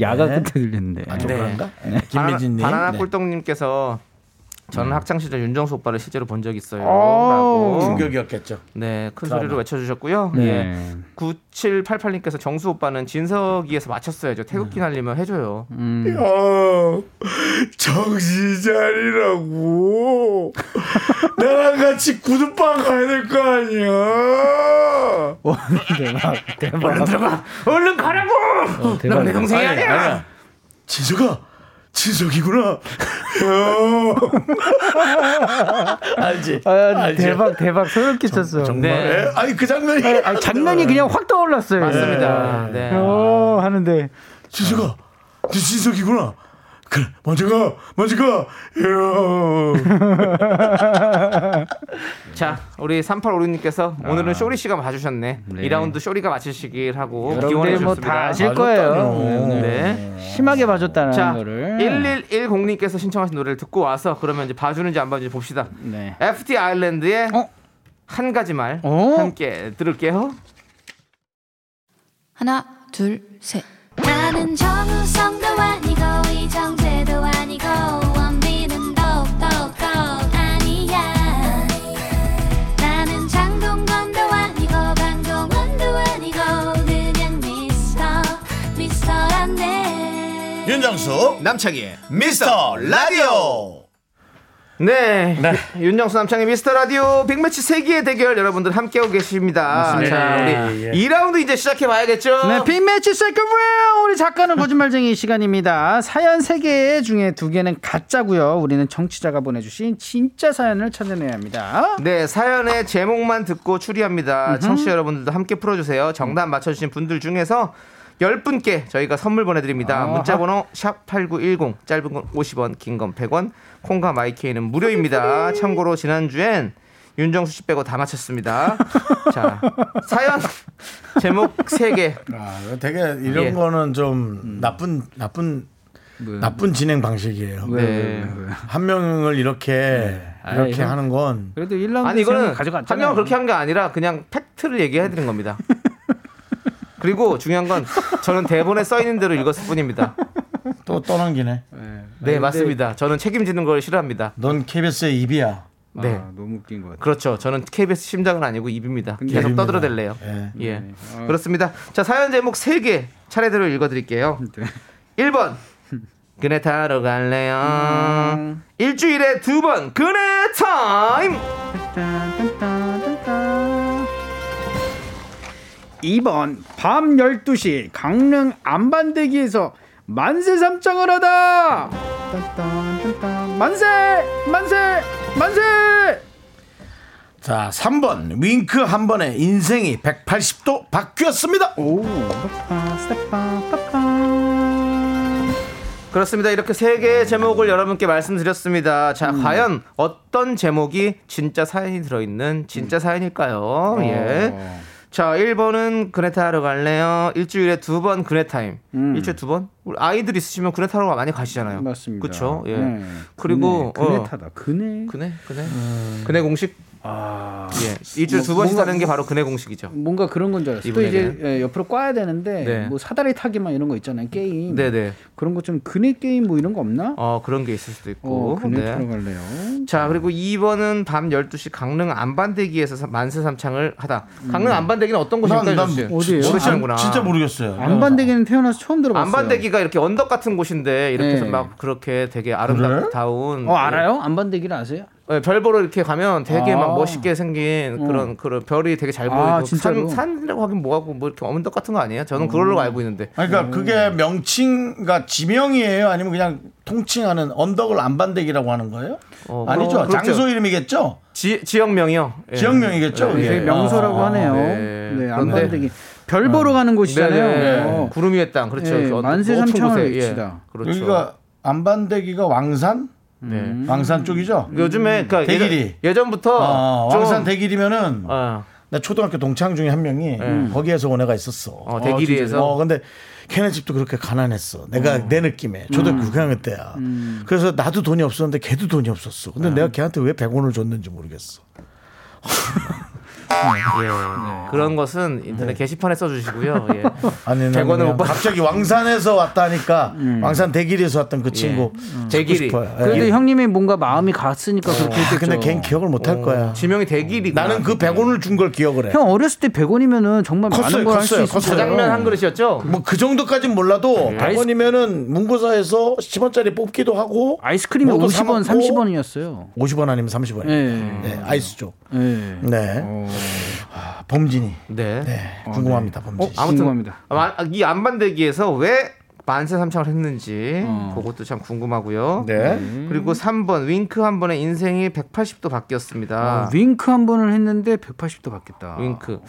S7: 야가 끝에 들렸는데.
S3: 아, 좀 그런가?
S2: 네. 김미진님. 바나나
S3: 네.
S2: 꿀떡님께서 저는
S7: 네.
S2: 학창 시절 윤정수 오빠를 실제로 본 적 있어요.
S3: 오,
S2: 라고
S3: 충격이었겠죠.
S2: 네, 큰
S3: 드라마.
S2: 소리로 외쳐주셨고요.
S7: 네.
S2: 예. 9788님께서 정수 오빠는 진석이에서 맞췄어야죠.
S7: 음.
S2: 태극기 날리면 해줘요.
S3: 어, 정신 차리라고. 나랑 같이 구두방 가야 될 거 아니야.
S7: 대박, 대박.
S3: 얼른 들어가. 얼른 가라고.
S7: 어, 대박.
S3: 난내 동생이
S7: 아니,
S3: 아니야.
S7: 아니야.
S3: 진석아, 진석이구나. 형. 알지? 알지?
S7: 아, 대박 대박 소름 끼쳤어.
S3: 정말? 네. 아니 그 장면이
S7: 아, 장면이 그냥 확 떠올랐어요.
S3: 맞습니다.
S7: 네. 어, 하는데
S3: 진석아, 네 진석이구나. 그래, 먼저 가, 먼저 가. 예. 형.
S2: 자, 우리 3856님께서 오늘은 쇼리 씨가 봐주셨네.
S7: 아. 네.
S2: 이 2라운드 쇼리가 맞추시길 하고 기원해
S7: 여러분들
S2: 주셨습니다.
S7: 뭐다 아실 거예요. 네. 심하게 봐줬다는
S2: 자,
S7: 거를.
S2: 1110님께서 신청하신 노래를 듣고 와서 그러면 이제 봐주는지 안 봐주는지 봅시다.
S7: 네. 어?
S2: FT 아일랜드의 한 가지 말 함께 들을게요.
S5: 하나 둘 셋. 나는 정우성도 아니고 이정재도 아니고 원빈은 더욱더 아니야. 나는 장동건도 아니고 강동원도 아니고 그냥 미스터 미스터란데.
S3: 윤정수 남창희 미스터 라디오
S2: 네. 윤정수 남창의 미스터 라디오 빅매치 세기의 대결 여러분들 함께하고 계십니다.
S7: 맞습니다.
S2: 자,
S7: 예,
S2: 우리
S7: 예.
S2: 2라운드 이제 시작해 봐야겠죠?
S7: 네, 빅매치 세컨 라운드 우리 작가는 거짓말쟁이 시간입니다. 사연 3개 중에 2개는 가짜고요. 우리는 정치자가 보내주신 진짜 사연을 찾아내야 합니다.
S2: 네, 사연의 제목만 듣고 추리합니다. 청취자 여러분들도 함께 풀어주세요. 정답 맞춰주신 분들 중에서 10분께 저희가 선물 보내드립니다.
S7: 아하.
S2: 문자번호 샵8910, 짧은 건 50원, 긴 건 100원, 콩과 마이케이는 무료입니다. 참고로 지난주엔 윤정수 씨 빼고 다 맞췄습니다. 자, 사연 제목 3개.
S3: 아, 이거 되게 이런
S2: 예. 음. 네.
S3: 거는 좀 나쁜 나쁜 나쁜 진행 방식이에요. 네.
S7: 왜, 왜, 왜,
S3: 한 명을 이렇게
S2: 네.
S3: 이렇게
S7: 아이,
S3: 하는 건
S7: 그래도 1라운드
S2: 아니 이거는 한
S7: 가져갔잖아요.
S2: 명은 그렇게 한 게 아니라 그냥 팩트를 얘기해 드린 겁니다. 그리고 중요한 건 저는 대본에 써 있는 대로 읽었을 뿐입니다.
S3: 또 떠넘기네.
S2: 네 맞습니다. 저는 책임지는 걸 싫어합니다.
S3: 넌 KBS의 입이야.
S2: 네.
S7: 너무 웃긴 것 같아요.
S2: 그렇죠. 저는 KBS 심장은 아니고 입입니다.
S7: 근데
S2: 계속
S7: 입입니다.
S2: 떠들어댈래요.
S3: 예.
S2: 예.
S7: 아.
S2: 그렇습니다. 자, 사연 제목 3개 차례대로 읽어 드릴게요.
S7: 네.
S2: 1번. 그네 타러 갈래요.
S7: 음.
S2: 일주일에 두 번 그네 타임.
S7: 2번 밤 12시 강릉 안반대기에서 만세 삼창을 하다. 딴딴딴딴. 만세 만세 만세.
S3: 자, 3번 윙크 한 번에 인생이 180도 바뀌었습니다.
S7: 오.
S2: 그렇습니다. 이렇게 세
S7: 음.
S2: 개의 제목을 여러분께 말씀드렸습니다. 자, 과연 어떤 제목이 진짜 사연이 들어있는
S7: 음.
S2: 진짜 사연일까요?
S7: 어.
S2: 예. 자, 1번은 그네 타러 갈래요. 일주일에 두 번 그네 타임. 일주일에 두 번? 우리 아이들 있으시면 그네 타러 많이 가시잖아요.
S7: 음. 맞습니다.
S2: 그쵸? 예.
S7: 네.
S2: 그리고.
S7: 그네, 그네
S2: 어,
S7: 타다. 음. 그네.
S2: 그네, 그네. 그네 공식?
S7: 아.
S2: 예. 일주일에 두 번씩
S7: 뭔가-
S2: 타는 게 바로 그네 공식이죠.
S7: 뭔가 그런 건 줄 알았어요. 또 이제
S2: 이분에게는.
S7: 예, 옆으로 꽈야 되는데
S2: 네.
S7: 뭐 사다리 타기만 이런 거 있잖아요. 게임.
S2: 네네.
S7: 그런 거 좀 그네 게임 뭐 이런 거 없나?
S2: 어, 그런 게 있을 수도 있고.
S7: 어, 그네
S2: 네.
S7: 타러 갈래요.
S2: 자 그리고 2번은 밤 12시 강릉 안반대기에서 사- 만세 삼창을 하다. 강릉 안반대기는 어떤 곳일까요?
S7: 음. 어디예요? 아,
S2: 모르시는구나.
S3: 모르겠어요.
S7: 안반대기는 태어나서 처음 들어봤어요.
S2: 안반대기가 이렇게 언덕 같은 곳인데 이렇게 해서
S7: 네.
S2: 막 그렇게 되게 아름다운
S7: 어 알아요? 안반대기를 아세요?
S2: 예, 별 보러 이렇게 가면 되게
S7: 아. 어.
S2: 막 멋있게 생긴 그런 그런 별이 되게 잘 보이고
S7: 아, 진짜로? 음.
S2: 산, 산이라고 하긴 뭐하고 뭐 이렇게 언덕 같은 거 아니에요? 저는 그걸로 알고 있는데
S3: 아니, 그러니까 그게
S2: 음.
S3: 명칭, 그러니까 지명이에요? 아니면 그냥 통칭하는 언덕을 안반대기라고 하는 거예요?
S2: 어,
S3: 아니죠.
S2: 그럼- 그렇죠.
S3: 장소 이름이겠죠?
S2: 지, 지역명이요. 예.
S3: 지역명이겠죠?
S2: 예.
S3: 그게?
S7: 되게 명소라고
S3: 아,
S7: 하네요.
S2: 네.
S7: 네,
S2: 그런데-
S7: 안반대기. 별 보러 가는
S2: 네네.
S7: 곳이잖아요. 어.
S2: 구름 위의 땅 그렇죠.
S7: 예,
S2: 그 언덕
S7: 만세
S2: 높은
S7: 삼창을
S2: 곳에, 예.
S7: 외치다.
S2: 그렇죠.
S3: 아. 여기가 안반대기가 왕산?
S2: 네.
S3: 왕산 쪽이죠?
S2: 요즘에 그러니까
S3: 대길이.
S2: 예전, 부터
S3: 어, 왕산 대길이면은
S2: 어,
S3: 나 초등학교 동창 중에 한 명이 거기에서 온 애가 있었어.
S2: 예. 어, 대길이에서?
S3: 진짜. 어, 근데 걔네 집도 그렇게 가난했어. 내가 내 느낌에
S2: 음.
S3: 초등학교 6학년 때야. 그래서 나도 돈이 없었는데 걔도 돈이 없었어.
S2: 네.
S3: 근데 내가 걔한테 왜 100원을 줬는지 모르겠어.
S2: 예. 그런 것은
S7: 네.
S2: 인터넷 게시판에 써주시고요. 예.
S3: 아니, 나는
S2: 100원을
S3: 그냥
S2: 못 받-
S3: 갑자기 왕산에서 왔다니까 왕산 대길에서 왔던 그 친구
S2: 대길이.
S3: 대길이. 싶어요. 예.
S7: 그래도 형님이 뭔가 마음이 갔으니까 그렇게
S3: 아,
S7: 했겠죠.
S3: 근데 걘 기억을 못 할 거야.
S2: 지명이 대길이.
S3: 나는 그 100원을 준 걸 기억을 해.
S7: 형 어렸을 때 100원이면은 정말
S3: 컸어요,
S7: 많은 걸 할 수
S3: 컸어요,
S7: 있었어요.
S3: 컸어요.
S2: 짜장면 한 그릇이었죠.
S3: 뭐 그 정도까진 몰라도 100원이면은 문고사에서 10원짜리 뽑기도 하고
S7: 아이스크림이
S3: 뭐도
S7: 50원,
S3: 사 먹고
S7: 30원이었어요.
S3: 50원 아니면 30원.
S7: 예.
S3: 네. 아이스죠.
S7: 예.
S3: 네. 아, 범진이.
S2: 네. 어,
S3: 네. 궁금합니다, 범진. 씨.
S2: 아무튼
S7: 궁금합니다.
S2: 아마 이 안반대기에서 왜 만세 삼창을 했는지
S7: 어.
S2: 그것도 참 궁금하고요.
S3: 네.
S2: 그리고 3번 윙크 한 번에 인생이 180도 바뀌었습니다.
S7: 아, 윙크 한 번을 했는데 180도 바뀌었다.
S2: 윙크.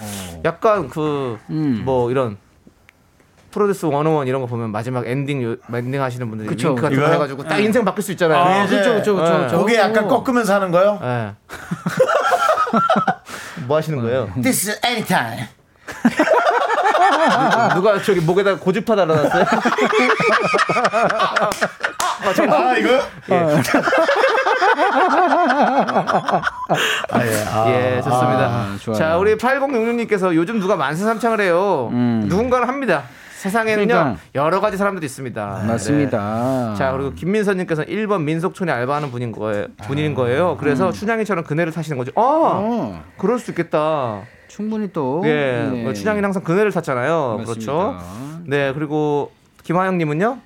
S2: 약간 그 뭐
S7: 음.
S2: 이런 프로듀스 101 이런 거 보면 마지막 엔딩 요- 엔딩 하시는 분들이
S7: 그쵸.
S2: 윙크 같은 거
S3: 이거요?
S2: 해가지고 딱 인생 바뀔 수 있잖아요.
S3: 아,
S2: 예.
S3: 그쵸, 그쵸,
S2: 그쵸, 그쵸.
S3: 고개 약간 꺾으면서 하는 거요?
S2: 예. 뭐 하시는 거예요?
S3: This is anytime.
S2: 누가 저기 목에다 고주파 달아놨어요?
S3: 아, 이거?
S7: 예.
S3: 아, 예. 아.
S2: 예, 좋습니다.
S7: 아, 좋아요.
S2: 자, 우리 8066님께서 요즘 누가 만세 삼창을 해요. 누군가는 합니다. 세상에는요
S7: 음. 그러니까.
S2: 여러 가지 사람들이 있습니다. 네.
S7: 맞습니다.
S2: 자 그리고 김민서님께서 1번 민속촌에 알바하는 분인 거예요. 분인 거예요. 그래서 춘향이처럼 그네를 타시는 거죠. 아,
S7: 음. 어,
S2: 그럴 수 있겠다.
S7: 충분히 또
S2: 예,
S7: 예.
S2: 뭐 춘향이는 항상 그네를 탔잖아요. 그렇죠.
S7: 맞습니다.
S2: 네, 그리고 김하영님은요.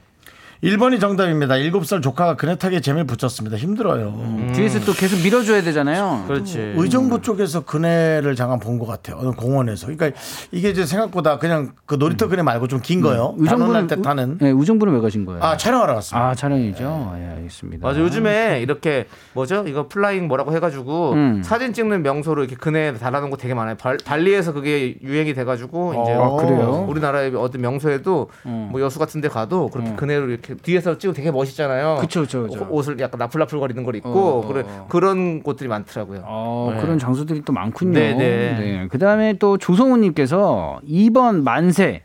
S3: 1번이 정답입니다. 7살 조카가 그네 타기에 재미를 붙였습니다. 힘들어요. 음.
S7: 뒤에서 또 계속 밀어줘야 되잖아요.
S2: 그렇지.
S3: 의정부 쪽에서 그네를 잠깐 본 것 같아요. 어느 공원에서. 그러니까 이게 이제 생각보다 그냥 그
S7: 음.
S3: 놀이터 그네 말고 좀 긴 거요. 단원할 때
S7: 우-
S3: 타는.
S7: 예, 우정부는 왜 가신 거예요?
S3: 아 촬영하러 갔습니다.
S7: 음. 아, 촬영이죠. 예, 알겠습니다.
S2: 맞아 요즘에 이렇게 뭐죠 이거 플라잉 뭐라고 해가지고
S7: 음.
S2: 사진 찍는 명소로 이렇게 그네 달아놓은 거 되게 많아요 발, 발리에서 그게 유행이 돼가지고 이제
S3: 아,
S7: 그래요? 음.
S2: 우리나라의 어떤 명소에도 뭐 여수 같은 데 가도 그렇게 그네로 이렇게 뒤에서 찍으면 되게 멋있잖아요
S7: 그쵸, 그쵸, 그쵸.
S2: 옷- 옷을 약간 나풀나풀 거리는 걸 입고
S7: 어.
S2: 그런 그런 곳들이 많더라고요
S7: 어,
S2: 네.
S7: 그런 장소들이 또 많군요.
S2: 네, 네.
S7: 그 다음에 또 조성우님께서 2번 만세.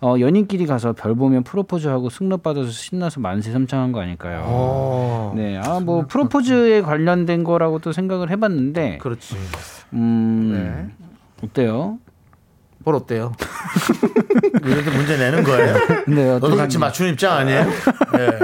S7: 어, 연인끼리 가서 별 보면 프로포즈하고 승낙받아서 신나서 만세 삼창한 거 아닐까요?
S2: 어.
S7: 네, 아, 뭐, 프로포즈에 관련된 거라고 또 생각을 해봤는데,
S2: 그렇지
S7: 음, 어때요?
S2: 뭘 네. 어때요
S3: 이렇게 문제 내는 거예요?
S7: 네,
S3: 너도 같이 맞춘 입장 아니에요? 예.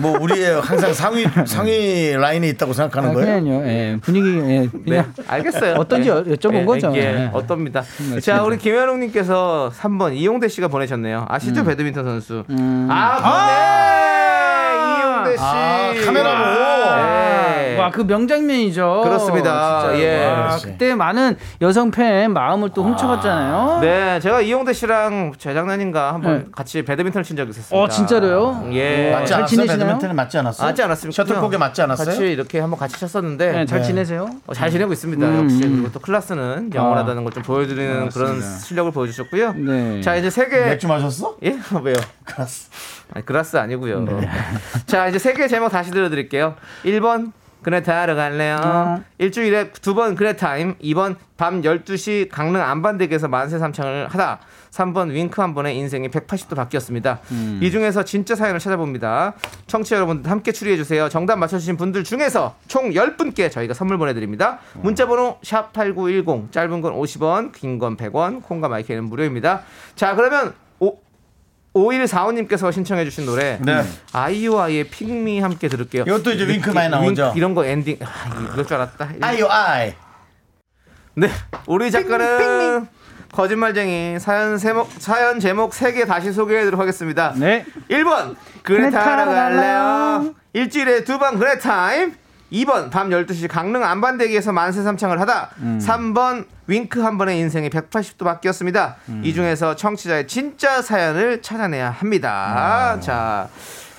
S3: 뭐, 뭐 우리의 항상 상위 상위 라인에 있다고 생각하는 거예요?
S7: 그냥요, 예, 분위기, 예,
S2: 네,
S7: 그냥.
S2: 알겠어요.
S7: 어떤지
S2: 예.
S7: 여- 여쭤본
S2: 예,
S7: 거죠.
S2: 예,
S7: 네.
S2: 어떻습니다. 자, 우리 김현웅님께서 3번 이용대 씨가 보내셨네요.
S7: 음.
S2: 아시죠, 배드민턴 선수.
S7: 아!
S2: 아, 보네. 이용대 씨.
S3: 아, 카메라로.
S2: 네.
S7: 와, 아, 그 명장면이죠.
S2: 그렇습니다.
S7: 진짜로.
S2: 예.
S7: 와,
S2: 그렇지.
S7: 그때 많은 여성 팬 마음을 또 훔쳐갔잖아요.
S2: 네, 제가 이용대 씨랑 재작년인가 한번
S7: 네.
S2: 같이 배드민턴을 친 적이 있었습니다.
S7: 어, 진짜로요?
S2: 예. 아,
S3: 맞지 않았어?
S7: 지내시나요?
S3: 배드민턴은 맞지 않았어?
S2: 맞지 않았습니까?
S3: 셔틀콕에 맞지 않았어요?
S2: 같이 이렇게 한번 같이 쳤었는데
S7: 네, 잘 지내세요?
S2: 어, 잘 지내고 있습니다.
S7: 음,
S2: 역시
S7: 음.
S2: 그리고 또 클라스는 영원하다는 걸 좀 보여드리는 그런
S3: 아, 맞습니다.
S2: 실력을 보여주셨고요.
S7: 네.
S2: 자 이제 세계
S3: 맥주 마셨어?
S2: 예 왜요?
S3: 그랬어.
S2: 아니, 그라스 아니고요. 자 이제 세계 제목 다시 들려드릴게요. 1번 그네타로 갈래요. 일주일에 두 번 그네타임. 2번 밤 12시 강릉 안반대교에서 만세 삼창을 하다. 3번 윙크 한 번에 인생이 180도 바뀌었습니다. 이 중에서 진짜 사연을 찾아봅니다. 청취자 여러분들 함께 추리해 주세요. 정답 맞춰주신 분들 중에서 총 10분께 저희가 선물 보내드립니다. 문자번호 샵 8910 짧은 건 50원 긴 건 100원 콩과 마이크는 무료입니다. 자 그러면 오, 5145님께서 신청해 주신 노래
S3: 네.
S2: 아이오아이의 핑미 함께 들을게요.
S3: 이것도 이제 윙크 많이
S2: 윙-
S3: 나오죠?
S2: 이런 거 엔딩 아, 이럴 줄 알았다.
S3: 아이오 아이.
S2: 네. 우리 작가는 거짓말쟁이 사연 제목 사연 제목 3개 다시 소개해 드리도록 하겠습니다.
S7: 네.
S2: 1번 그네타라 갈래요. 일주일에 두 번 그네타임. 2번 밤 12시 강릉 안반대기에서 만세 삼창을 하다.
S7: 음.
S2: 3번 윙크 한 번의 인생이 180도 바뀌었습니다.
S7: 음.
S2: 이 중에서 청취자의 진짜 사연을 찾아내야 합니다. 자,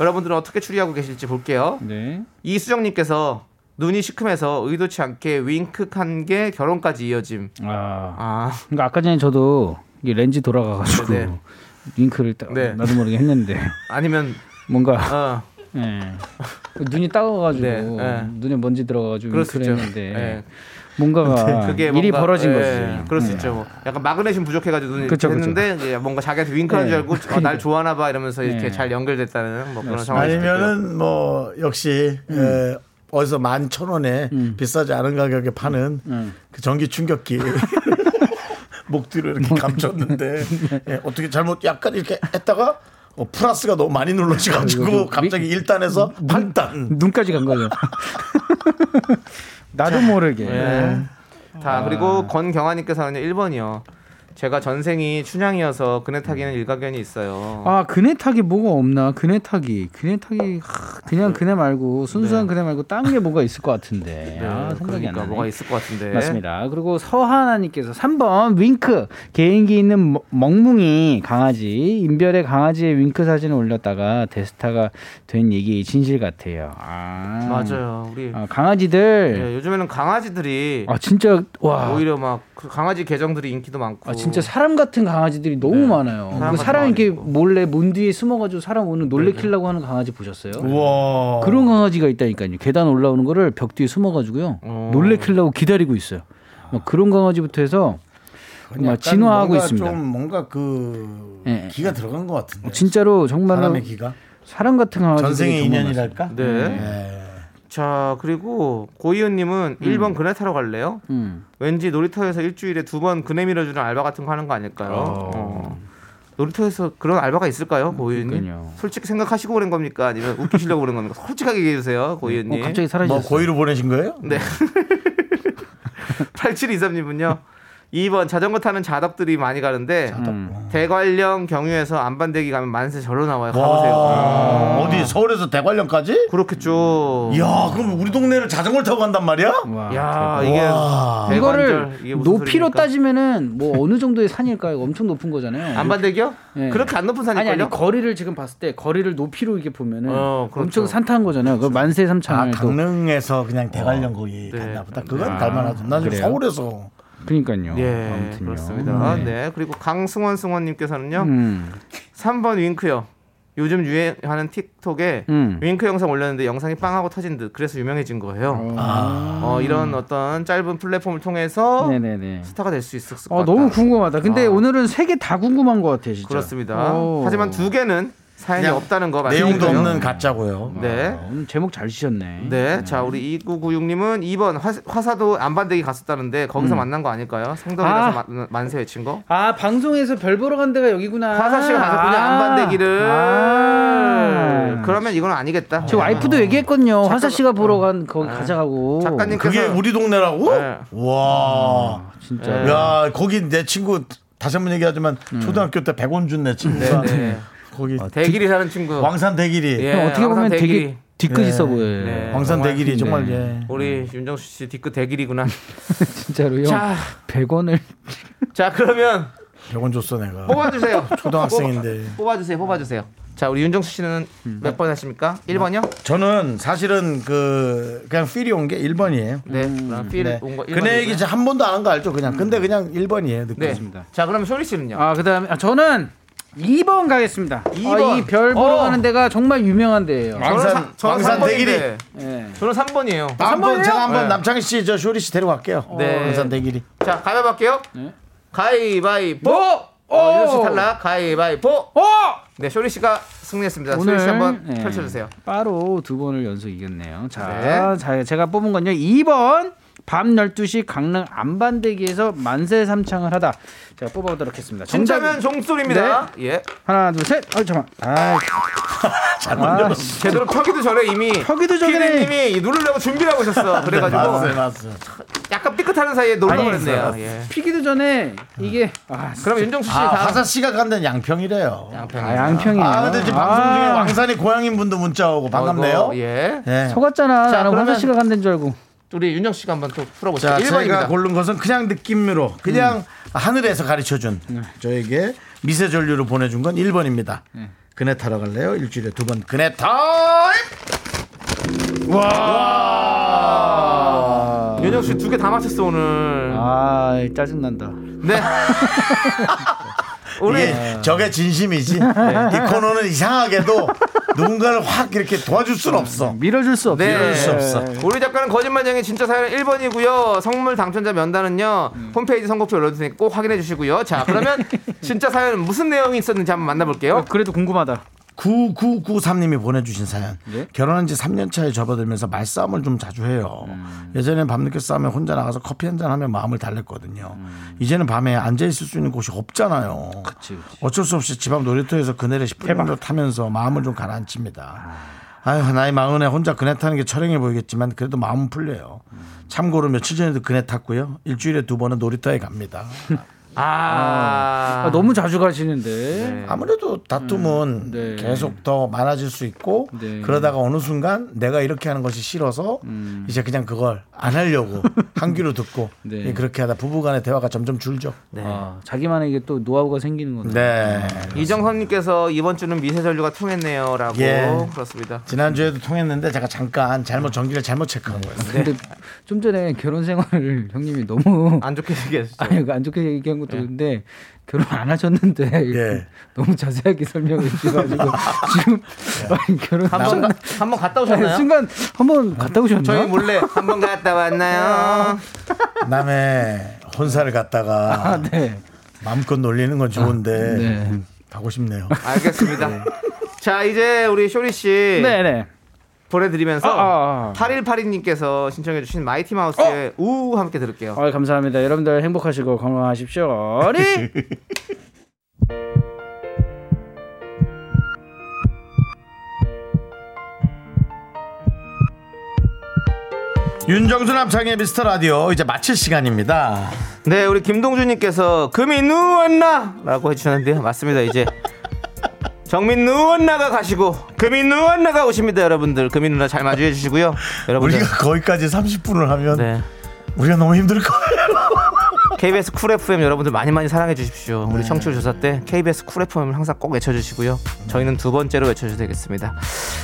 S2: 여러분들은 어떻게 추리하고 계실지 볼게요.
S7: 네.
S2: 이수정님께서 눈이 시큼해서 의도치 않게 윙크한 게 결혼까지 이어짐.
S7: 아.
S2: 아,
S7: 그러니까 아까 전에 저도 이게 렌즈 돌아가가지고
S2: 네.
S7: 윙크를 딱
S2: 네.
S7: 나도 모르게 했는데
S2: 아니면
S7: 뭔가
S2: 어,
S7: 예. 눈이 따가가지고
S2: 네, 네.
S7: 눈에 먼지 들어가가지고
S2: 그럴 수
S7: 윙크를
S2: 있죠.
S7: 했는데
S2: 네.
S7: 뭔가가
S2: 그게
S7: 예. 아, 일이
S2: 뭔가-
S7: 벌어진
S2: 예,
S7: 거지.
S2: 그럴 수
S7: 예.
S2: 있죠. 뭐. 약간 마그네슘 부족해가지고 눈이
S7: 그쵸,
S2: 이렇게 했는데 이제 뭔가 자기한테 윙크한
S7: 예.
S2: 줄 알고 어, 날 좋아하나 봐 이러면서 이렇게
S7: 예.
S2: 잘 연결됐다는 뭐 그런 상황이
S3: 아니면은 뭐 역시
S7: 음.
S3: 에, 어디서 만 천 원에 비싸지 않은 가격에 파는
S7: 음.
S3: 그 전기 충격기 목 뒤로 이렇게 감췄는데 예, 어떻게 잘못 약간 이렇게 했다가 어, 플러스가 너무 많이
S7: 그
S3: 눌러지가지고 갑자기 1단에서 8단
S7: 네. 눈까지 간 거죠. 나도 모르게.
S2: 네. 다
S7: 아.
S2: 그리고 권경아님께서는 1번이요. 제가 전생이 춘향이어서 그네 타기는 일가견이 있어요.
S7: 음. 아 그네 타기 뭐가 없나? 그네 타기, 그네 타기 하, 그냥 그네 말고 순수한 그네 말고 딴 게 뭐가 있을 것 같은데.
S2: 네,
S7: 아, 생각이 안
S2: 그러니까
S7: 나네.
S2: 뭐가 있을 것 같은데.
S7: 맞습니다. 아, 그리고 서하나님께서 3번 윙크 개인기 있는 멍- 멍뭉이 강아지 인별의 강아지의 윙크 사진을 올렸다가 데스타가 된 얘기 진실 같아요. 아
S2: 맞아요. 우리
S7: 아, 강아지들
S2: 예, 요즘에는 강아지들이
S7: 아 진짜 와
S2: 오히려 막그 강아지 계정들이 인기도 많고.
S7: 아, 진짜 사람 같은 강아지들이 너무 많아요. 그
S2: 사람 같은
S7: 사람 이렇게
S2: 강아지
S7: 몰래 문 뒤에 숨어가지고 사람 오는 놀래키려고 하는 강아지 보셨어요?
S3: 우와
S7: 그런 강아지가 있다니까요. 계단 올라오는 거를 벽 뒤에 숨어가지고요.
S2: 어.
S7: 놀래키려고 기다리고 있어요. 막 그런 강아지부터 해서
S3: 약간
S7: 정말 진화하고
S3: 뭔가
S7: 있습니다.
S3: 좀 뭔가 그
S7: 예, 예.
S3: 기가 들어간 것 같은데
S7: 진짜로 정말로
S3: 사람의 기가
S7: 사람 같은 강아지
S3: 전생의 인연이랄까.
S2: 네.
S7: 음.
S3: 예.
S2: 자 그리고 고이은님은 1번 그네 타러 갈래요?
S7: 음.
S2: 왠지 놀이터에서 일주일에 두 번 그네 밀어주는 알바 같은 거 하는 거 아닐까요? 어. 놀이터에서 그런 알바가 있을까요, 고이은님?
S7: 그러니까요.
S2: 솔직히 생각하시고 그런 겁니까? 아니면 웃기시려고 그런 겁니까? 솔직하게 얘기해 주세요,
S7: 어,
S2: 고이은님.
S7: 갑자기 사라졌어요.
S3: 뭐 고의로 보내신 거예요?
S2: 네. 8723님은요. 2번 자전거 타는 자덕들이 많이 가는데 대관령 경유에서 안반대기 가면 만세 절로 나와요. 가보세요.
S3: 와, 어디 서울에서 대관령까지?
S2: 그렇겠죠.
S3: 야, 그럼 우리 동네를 자전거를 타고 간단 말이야? 아,
S7: 와.
S2: 야, 이게
S3: 와.
S2: 대관절,
S7: 이거를
S2: 이게 무슨
S7: 높이로
S2: 소리입니까?
S7: 따지면은 뭐 어느 정도의 산일까요? 엄청 높은 거잖아요.
S2: 안반대기요?
S7: 예.
S2: 그렇게 안 높은
S7: 아니 아니
S2: 산일걸요?
S7: 거리를 지금 봤을 때 거리를 높이로 이렇게 보면은
S2: 어, 그렇죠.
S7: 엄청 산타한 거잖아요. 그 만세
S3: 아,
S7: 삼창을 또
S3: 강릉에서 그냥 대관령 거기 갔나 보다. 그건 갈만하죠. 난 지금
S7: 그래요?
S3: 서울에서.
S7: 그러니까요.
S2: 예,
S7: 아무튼요.
S2: 그렇습니다.
S7: 네.
S2: 네. 그리고 강승원 승원님께서는요.
S7: 음.
S2: 3번 윙크요. 요즘 유행하는 틱톡에
S7: 음.
S2: 윙크 영상 올렸는데 영상이 빵하고 터진 듯 그래서 유명해진 거예요.
S3: 아,
S2: 어, 이런 어떤 짧은 플랫폼을 통해서
S7: 아. 네네네.
S2: 스타가 될 수 있을 것 같다.
S7: 어 너무 궁금하다. 근데
S2: 아.
S7: 오늘은 세 개 다 궁금한 것 같아 진짜.
S2: 그렇습니다.
S7: 오.
S2: 하지만 두 개는 사연이
S3: 그냥
S2: 없다는 거
S3: 내용도
S2: 말씀드리고요.
S3: 없는 가짜고요.
S2: 네.
S7: 아, 오늘 제목 잘 지셨네.
S2: 네. 자, 우리 2996님은 2번 화, 사도 안반대기 갔었다는데 거기서 만난 거 아닐까요? 성덕이라서
S7: 음. 아.
S2: 만- 만세 외친 거?
S7: 아 방송에서 별 보러 간 데가 여기구나.
S2: 화사 씨가 가서 그냥
S7: 아.
S2: 안반대기를.
S7: 아.
S2: 그러면 이건 아니겠다. 네.
S7: 제 와이프도 얘기했거든요. 화사 씨가
S2: 어.
S7: 보러 간 거기
S2: 아.
S7: 가자고.
S2: 작가님께서
S3: 그게 우리 동네라고?
S2: 네.
S3: 와.
S7: 진짜.
S3: 야, 거기 내 친구 다시 한 번 얘기하지만 초등학교 때 100원 준 내 친구가
S2: 네, 네.
S3: 거기
S2: 대길이 사는 친구.
S3: 왕산 대길이
S2: 예, 네.
S7: 어떻게
S2: 왕산
S7: 보면 되게
S2: 대길이.
S12: 뒤끝 있어 보여요.
S3: 광산 대길이 정말 예.
S2: 우리 윤정수 씨 뒤끝 대길이구나.
S12: 진짜로요.
S2: 자.
S12: 100원을
S2: 자 그러면
S3: 100원 줬어 내가.
S2: 뽑아주세요.
S3: 초등학생인데.
S2: 뽑아- 뽑아주세요. 뽑아주세요. 자 우리 윤정수 씨는 몇 번 하십니까? 1번이요?
S3: 음. 저는 사실은 그 그냥 필이 온 게 1번이에요.
S2: 네. 그럼 필 온거 음.
S3: 그 얘기 이제 한 번도 안 한 거 알죠? 그냥. 근데 그냥
S2: 네.
S3: 1번이에요. 느껴집니다.
S2: 자 그러면 소리 씨는요?
S7: 아 그다음에 아, 저는 2번 가겠습니다.
S2: 이번.
S7: 아, 이별 보러
S2: 어.
S7: 가는 데가 정말 유명한 데예요.
S3: 광산 광산 대길이.
S2: 저는 3번이에요.
S3: 한번 제가 한번
S2: 네.
S3: 남창희 씨 저 쇼리 씨 데려갈게요.
S2: 네.
S3: 광산 대길이.
S2: 자 가위바위보할게요. 가위바위보. 어, 윤정수 씨 탈락. 가위바위보. 네 쇼리 씨가 승리했습니다.
S7: 오늘
S2: 소리 씨 한번
S7: 네.
S2: 펼쳐주세요.
S7: 바로 두 번을 연속 이겼네요. 자,
S2: 네.
S7: 자, 제가 뽑은 건요. 2번 밤 12시 강릉 안반대기에서 만세 삼창을 하다. 제가 뽑아보도록 하겠습니다.
S2: 진짜면 종소리입니다. 예.
S7: 하나, 둘, 셋. 아, 잠깐만. 아, 아,
S2: 제대로 펴기도 전에 이미
S7: 펴기도 전에.
S2: 피디님이 누르려고 준비하고 있었어. 그래가지고
S3: 맞아요, 맞아요.
S2: 약간 삐끗하는 사이에 놀러
S3: 아니,
S2: 버렸네요.
S3: 맞아요.
S2: 예.
S7: 피기도 전에 이게 아,
S2: 그럼 윤정수 씨
S3: 아,
S2: 다음
S3: 화사 씨가 간다는 양평이래요.
S7: 아, 양평이에요.
S3: 아, 근데 지금 방송 중에
S7: 아.
S3: 왕산이 고향인 분도 문자 오고 반갑네요.
S2: 어이구, 예.
S7: 속았잖아.
S2: 자,
S7: 나는
S2: 그러면-
S7: 화사 씨가 간다는 줄 알고.
S2: 우리 윤정 씨가 한번 또 풀어보시죠.
S3: 자,
S2: 1번입니다.
S3: 제가 고른 것은 그냥 느낌으로 그냥 하늘에서 가르쳐 준 저에게 미세 전류를 보내준 건 1번입니다. 그네 타러 갈래요? 일주일에 두 번 그네 타임! 와!
S2: 윤정 씨 두 개 다 맞췄어 오늘.
S7: 아, 짜증 난다.
S2: 네. 우리
S3: 이게 저게 진심이지. 이 코너는 이상하게도 누군가를 확 이렇게 도와줄 순 없어.
S7: 밀어줄 수 없어.
S2: 네.
S3: 이럴 수 없어.
S2: 우리 작가는 거짓말쟁이 진짜 사연 1번이고요. 선물 당첨자 면단은요. 홈페이지 선곡표 올려둘 테니까 꼭 확인해 주시고요. 자, 그러면 진짜 사연은 무슨 내용이 있었는지 한번 만나볼게요.
S7: 그래도 궁금하다.
S3: 9993님이 보내주신 사연. 결혼한 지 3년 차에 접어들면서 말싸움을 좀 자주 해요. 예전엔 밤늦게 싸우면 혼자 나가서 커피 한 잔 하면 마음을 달랬거든요. 이제는 밤에 앉아있을 수 있는 곳이 없잖아요. 어쩔 수 없이 집 앞 놀이터에서 그네를 10분 정도 타면서 마음을 좀 가라앉힙니다. 아휴 나이 마흔에 혼자 그네 타는 게 철행해 보이겠지만 그래도 마음은 풀려요. 참고로 며칠 전에도 그네 탔고요. 일주일에 두 번은 놀이터에 갑니다.
S2: 아,
S7: 아, 너무 자주 가시는데.
S3: 아무래도 다툼은
S7: 네.
S3: 계속 더 많아질 수 있고
S7: 네.
S3: 그러다가 어느 순간 내가 이렇게 하는 것이 싫어서 이제 그냥 그걸 안 하려고 한 귀로 듣고
S7: 음.
S3: 예,
S7: 네.
S3: 그렇게 하다 부부간의 대화가 점점 줄죠. 예.
S7: 아, 자기만의 이게 또 노하우가 생기는 음. 거네.
S3: 네.
S2: 이정선님께서 이번 주는 미세 전류가 통했네요라고
S3: 예.
S2: 그렇습니다.
S3: 지난주에도 통했는데 제가 잠깐 잘못 전기를 잘못 체크한 거였어요.
S7: 근데 좀 전에 결혼 생활을 형님이 너무
S2: 안 좋게 얘기했죠.
S7: 아니 안 좋게 얘기한 것도 있는데 결혼 안 하셨는데
S3: 네. 예.
S7: 이렇게 너무 자세하게 설명해 주셔가지고 지금 아니, 결혼
S2: 한번 한번 갔다 오셨나요?
S7: 아니, 뭐? 순간 한번 갔다 오셨나요?
S2: 저희 몰래 한번 갔다
S7: 어.
S2: 왔나요?
S3: 남의 혼사를 갔다가
S7: 아, 네.
S3: 마음껏 놀리는 건 좋은데
S7: 네.
S3: 가고 싶네요.
S2: 알겠습니다. 자, 이제 우리 쇼리 씨
S7: 네네.
S2: 보내드리면서
S7: 아, 아, 어? 아.
S2: 8182님께서 신청해주신 마이티 마우스의 우 함께 들을게요.
S7: 아, 감사합니다. 여러분들 행복하시고 건강하십시오. 어리.
S3: 윤정수 남창의 미스터 라디오 이제 마칠 시간입니다.
S2: 네, 우리 김동준님께서 금이 누웠나라고 해주셨는데요. 맞습니다. 이제 정민 누웠나가 가시고 금이 누웠나가 오십니다, 여러분들. 금이 누나 잘 마주해 주시고요, 여러분들.
S3: 우리가 거기까지 30분을 하면
S2: 네,
S3: 우리가 너무 힘들 거예요.
S2: KBS 쿨 FM 여러분들 많이 많이 사랑해 주십시오. 우리 청취율 조사 때 KBS 쿨 FM을 항상 꼭 외쳐주시고요. 저희는 두 번째로 외쳐주셔야 되겠습니다.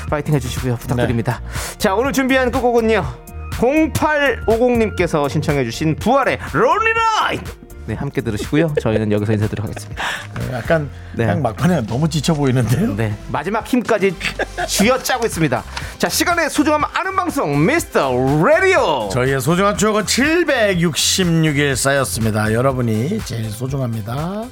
S2: 파이팅 해주시고요, 부탁드립니다. 자, 오늘 준비한 끝곡은요. 0850님께서 신청해주신 부활의 론리라이 네, 함께 들으시고요. 저희는 여기서 인사드리도록 하겠습니다.
S3: 약간
S2: 네.
S3: 그냥 막판에 너무 지쳐 보이는데요.
S2: 네, 마지막 힘까지 쥐어짜고 있습니다. 자, 시간의 소중함 아는 방송 미스터 라디오.
S3: 저희의 소중한 추억은 766일 쌓였습니다. 여러분이 제일 소중합니다.